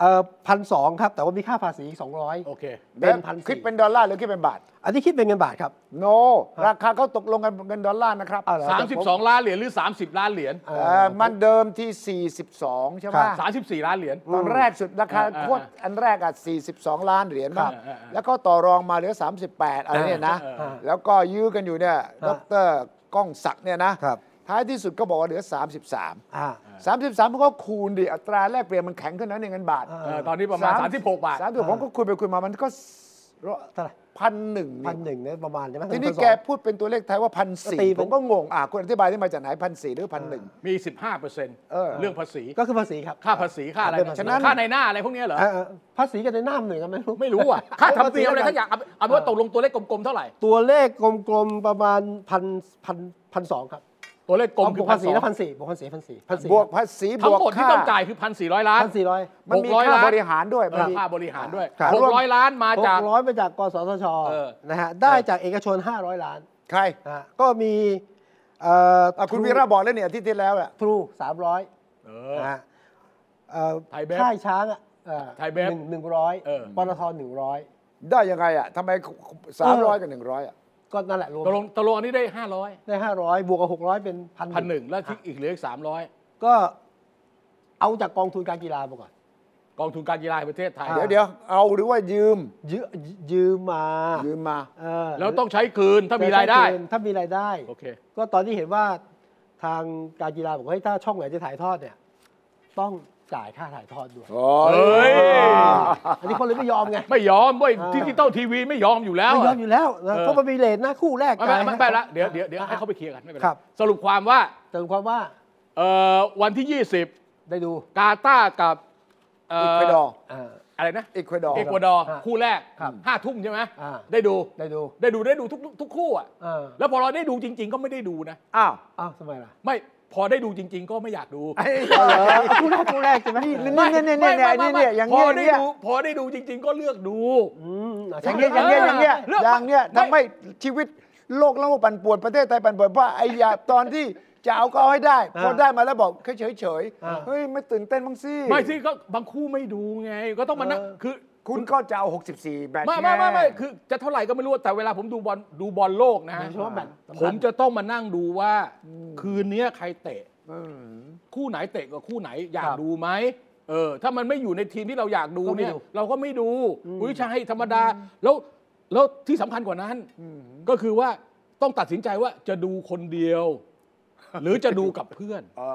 [SPEAKER 1] เอ่อพันสองครับ แต่ว่ามีค่าภาษีอีกสองร้อย
[SPEAKER 2] โอเค
[SPEAKER 3] เป็
[SPEAKER 1] เป็
[SPEAKER 3] น
[SPEAKER 1] นพันสี่
[SPEAKER 3] คิดเป็นดอลลาร์หรือคิดเป็นบาท
[SPEAKER 1] อันนี้คิดเป็นเงินบาทครับ
[SPEAKER 3] โน ราคาเขาตกลงกันเป็นเงินดอลลาร์นะครับ
[SPEAKER 1] อ้าวเหร
[SPEAKER 2] สามสิบสองล้านเหรียญหรือ 30 ล้านเหรียญ
[SPEAKER 3] เออมันเดิมที่ 42 ใช่ไหม
[SPEAKER 2] สามสิบสี่ล้านเหรียญ
[SPEAKER 3] ตอนแรกสุดราคา
[SPEAKER 2] อ่า
[SPEAKER 3] โคตรอันแรกอ่ะ 42 ล้านเหรียญ
[SPEAKER 2] ครับ
[SPEAKER 3] าท
[SPEAKER 2] อ่าอ่า
[SPEAKER 3] แล้วก็ต่อรองมาเหลือ 38 อะไรเนี่ยนะ
[SPEAKER 2] อ่าอ่า
[SPEAKER 3] แล้วก็ยื้อกันอยู่เนี่ยดรก้องศักดิ์เนี่ยนะ
[SPEAKER 1] ครับ
[SPEAKER 3] ท้ายที่สุดก็บอกว่าเหลือ 33
[SPEAKER 1] อ่า
[SPEAKER 3] 33มันก็คูณดิอัตราแลกเปลี่ยนมันแข็งขึ้นนะในเงินบาท
[SPEAKER 1] อ่า
[SPEAKER 2] เออตอนนี้ประมาณ 36 บาท
[SPEAKER 3] สามสิบผมก็คุยไปคุยมามันก็
[SPEAKER 1] เท่าไหร่
[SPEAKER 3] พันหนึ่ง
[SPEAKER 1] พันหนึ่งเนี่ยประมาณใช่ไหม
[SPEAKER 3] ทีนี้แกพูดเป็นตัวเลขไทยว่าพันสี่
[SPEAKER 1] ก็ตีเป็น
[SPEAKER 3] ผมก็งงอ่ะคุณอธิบายได้มาจากไหนพันสี่หรือพันหนึ่ง
[SPEAKER 2] มี 15เปอร์เซ็นต์
[SPEAKER 3] เออ
[SPEAKER 2] เรื่องภาษี
[SPEAKER 1] ก็คือภาษีครับ
[SPEAKER 2] ค่าภาษีค่าอะไร
[SPEAKER 1] เรื่องภาษี
[SPEAKER 2] ฉะนั้นค่าในหน้าอะไรพวกเนี้ยเหรอ
[SPEAKER 1] เอ่อเอ่อภาษีกันในหน้ามันหนึ่งกันไหมรู้
[SPEAKER 2] ไม่รู้อ่ะ ค่าทำเนียมอะไรทั้งอย่างเอาเอาเป็นว่าตกลงตัวเลขกลมๆ เท่าไหร่
[SPEAKER 1] ตัวเลขกลมๆ ประมาณพันพันพันสองครับ
[SPEAKER 2] ตัวเลขกลม
[SPEAKER 1] เอา
[SPEAKER 2] คื
[SPEAKER 1] บว
[SPEAKER 2] อก พั
[SPEAKER 1] ภาน ษี
[SPEAKER 2] สอง
[SPEAKER 1] แล้วพันสี่บวกพันสี่พันสี่พันสี่
[SPEAKER 3] บวกภาษี
[SPEAKER 2] ทั้
[SPEAKER 3] บ
[SPEAKER 2] ง
[SPEAKER 3] วก
[SPEAKER 2] หมดที่
[SPEAKER 3] ค่า
[SPEAKER 2] ต้องจ่ายคือ 1,400 ล้าน
[SPEAKER 1] พันสี่ร้อย
[SPEAKER 3] มันมี
[SPEAKER 2] หกร้อย
[SPEAKER 3] ค่า
[SPEAKER 2] ล้าน
[SPEAKER 3] บริหารด้วยมันมี
[SPEAKER 2] ค่าบริหารด้วย
[SPEAKER 1] ครับ
[SPEAKER 2] 600 ล้านมา
[SPEAKER 1] ห
[SPEAKER 2] จาก
[SPEAKER 1] กร้อยไปจากกสทช
[SPEAKER 2] เออ
[SPEAKER 1] นะฮะได้จากเอกชน 500 ล้าน
[SPEAKER 3] ใคร
[SPEAKER 1] นะฮะก็มีเอ่อ
[SPEAKER 3] อ่ะคุณวีระบอกแล้วเนี่ยอาทิตย์ที่แล้วแหละ
[SPEAKER 1] ทรูสามร้อย
[SPEAKER 2] เออ
[SPEAKER 1] นะฮะเอ่อ
[SPEAKER 2] ไทยเบฟ
[SPEAKER 1] ค่ายช้างอ่ะเอ่อ
[SPEAKER 2] ไทยเบฟ
[SPEAKER 1] หนึ่งหนึ่งร้อย
[SPEAKER 2] เออ
[SPEAKER 1] ปตทหนึ่งร้อย
[SPEAKER 3] ได้ยังไงอ่ะทำไมสามร้อยกับหนึ่งร้อยอ่ะ
[SPEAKER 1] ก็นั่นแหละรวม
[SPEAKER 2] ตกลงตกลงอันนี้ได้ 500
[SPEAKER 1] ได้ห้าร้อยบวกกับหกร้อยเป็นพัน
[SPEAKER 2] พันหนึ่งแล้วที่อีกเหลืออีก
[SPEAKER 1] ก็เอาจากกองทุนการกีฬามาก่อน
[SPEAKER 2] 300 กองทุนการกีฬาแห่งประเทศไทย
[SPEAKER 3] เดี๋ยวเดี๋ยวเอาหรือว่ายืม
[SPEAKER 1] ยืยืมมา
[SPEAKER 3] ยืมมา
[SPEAKER 1] เออ
[SPEAKER 2] แล้วต้องใช้คืนถ้ามีรายได้
[SPEAKER 1] เกินถ้ามีรายได้
[SPEAKER 2] โอเค
[SPEAKER 1] ก็ตอนที่เห็นว่าทางการกีฬาบอกว่าเฮ้ยถ้าช่องไหนจะถ่ายทอดเนี่ย ต้องจ่ายค่าถ่ายทอดด้วย
[SPEAKER 3] โอ้
[SPEAKER 2] เฮ้ย
[SPEAKER 1] อันนี้คนเลยไม่ยอมไง
[SPEAKER 2] ไม่ยอมเว้ย
[SPEAKER 1] อ่า
[SPEAKER 2] ดิจิตอลทีวีไม่ยอมอยู่แล้ว
[SPEAKER 1] ไม่ยอ
[SPEAKER 2] อะ
[SPEAKER 1] มอยู่แล้วนะ
[SPEAKER 2] เออ
[SPEAKER 1] เพราะมันมีเลทนะคู่แรก
[SPEAKER 2] ไม่
[SPEAKER 1] จ่าย
[SPEAKER 2] ไม่ไม่ไปละเดี๋ยวเดี๋ยวเดี๋ยว
[SPEAKER 1] อ่ะ
[SPEAKER 2] ให้เขาไปเคลียร์กันไม่เป็นไร
[SPEAKER 1] ครับ
[SPEAKER 2] สรุปความว่า
[SPEAKER 1] เติมความว่า
[SPEAKER 2] เอ่อวันที่
[SPEAKER 1] ได้ดู
[SPEAKER 2] 20 กาตาร์กับเอ่
[SPEAKER 3] อี
[SPEAKER 2] อ
[SPEAKER 3] ควดอร์
[SPEAKER 1] อ่า
[SPEAKER 2] อะไรนะ
[SPEAKER 3] อีควดอร์
[SPEAKER 2] เอกวาดอร์
[SPEAKER 1] อ่ะ
[SPEAKER 2] คู่แรก
[SPEAKER 1] ครับ
[SPEAKER 2] ห้าทุ่มใช่ไหม
[SPEAKER 1] อ่า
[SPEAKER 2] ได้ดู
[SPEAKER 1] ได้ดู
[SPEAKER 2] ได้ดูได้ดูทุกทุกคู่อ่ะ
[SPEAKER 1] อ่า
[SPEAKER 2] แล้วพอเราได้ดูจริง ๆ ก็ไม่ได้ดูนะ
[SPEAKER 3] อ้าว
[SPEAKER 1] อ้าวทำไมล่ะ
[SPEAKER 2] ไม่พอได้ดูจริง ๆ ก็ไม่อยากดู
[SPEAKER 3] ไอ้
[SPEAKER 1] เอาเหรอเอาคู่แรกคู่แรกใช่ไหม
[SPEAKER 3] นี่เนี่ยเนี่ยเนี่ยเนี่ยเนี่ยเนี่ยอย่าง
[SPEAKER 2] พอได้
[SPEAKER 3] เงี้ยเนี่ย
[SPEAKER 2] ดูพอได้ดูจริง ๆ ก็เลือกดู
[SPEAKER 1] อืมะ
[SPEAKER 3] อย่างเงี้ยอย่างเงี้ยอย่างเงี้ย
[SPEAKER 2] เลือก
[SPEAKER 3] อย่างเงี้ย
[SPEAKER 2] ไม่
[SPEAKER 3] ทำให้ชีวิตโลกแล้วปั่นป่วนประเทศไทยปั่นป่วนเพราะไอ้อยาตอนที่จะเอาก็เอาให้ได้ พอได้มาแล้วบอกเฉยเฉยๆเฮ้ยไม่ตื่นเต้นบ้างสิ
[SPEAKER 2] ไม่สิก็บางคู่ไม่ดูไงก็ต้องมานั่งคือ
[SPEAKER 3] คุณก็จะเอา 64 แบบ
[SPEAKER 2] ไม่ไม่ไม่ไม่คือจะเท่าไหร่ก็ไม่รู้แต่เวลาผมดูบอลดูบอลโลกนะฮะ
[SPEAKER 1] เพราะว่าแมตช์สำคัญ
[SPEAKER 2] ผมจะต้องมานั่งดูว่า คืนเนี้ยใครเตะคู่ไหนเตะกับคู่ไหนอยากดูไหมเออ ถ้ามันไม่อยู่ในทีมที่เราอยากดู
[SPEAKER 1] ก็ไม่
[SPEAKER 2] เนี่ย
[SPEAKER 1] ดู
[SPEAKER 2] เราก็ไม่ดูอุ้ยใช่ธรรมดา แล้วแล้วที่สำคัญกว่านั้นก็คือว่าต้องตัดสินใจว่าจะดูคนเดียว หรือจะดูกับเพื่อน
[SPEAKER 3] อ๋อ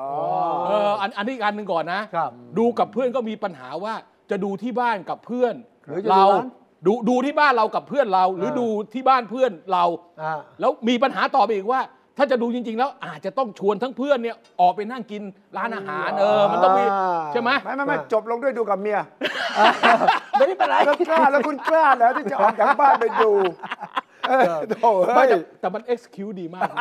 [SPEAKER 2] เอออันอันนี้อีกอันหนึ่งก่อนนะครับ ดูกับเพื่อนก็มีปัญหาว่าจะดูที่บ้านกับเพื่อน
[SPEAKER 1] หรือจะดู
[SPEAKER 2] เรา
[SPEAKER 1] ร้าน
[SPEAKER 2] ดูดูที่บ้านเรากับเพื่อนเรา หรือ
[SPEAKER 1] เออ
[SPEAKER 2] ดูที่บ้านเพื่อนเรา
[SPEAKER 1] อ่า
[SPEAKER 2] แล้วมีปัญหาต่อไปอีกว่า ถ้าจะดูจริง ๆ แล้วอาจจะต้องชวนทั้งเพื่อนเนี่ยออกไปนั่งกินร้านอาหารเออมันต้องมี
[SPEAKER 3] อ่า
[SPEAKER 2] ใช่ไหม
[SPEAKER 3] ไม่ไม่ไม่จบลงด้วยดูกับเมีย
[SPEAKER 1] ไม่ได้เป็นไร
[SPEAKER 3] แล้วกล้าแล้วคุณกล้าแล้วที่จะออกจากบ้านไปดู โอ้ย
[SPEAKER 2] ไม่แต่แต่มัน execute ดีมากนะ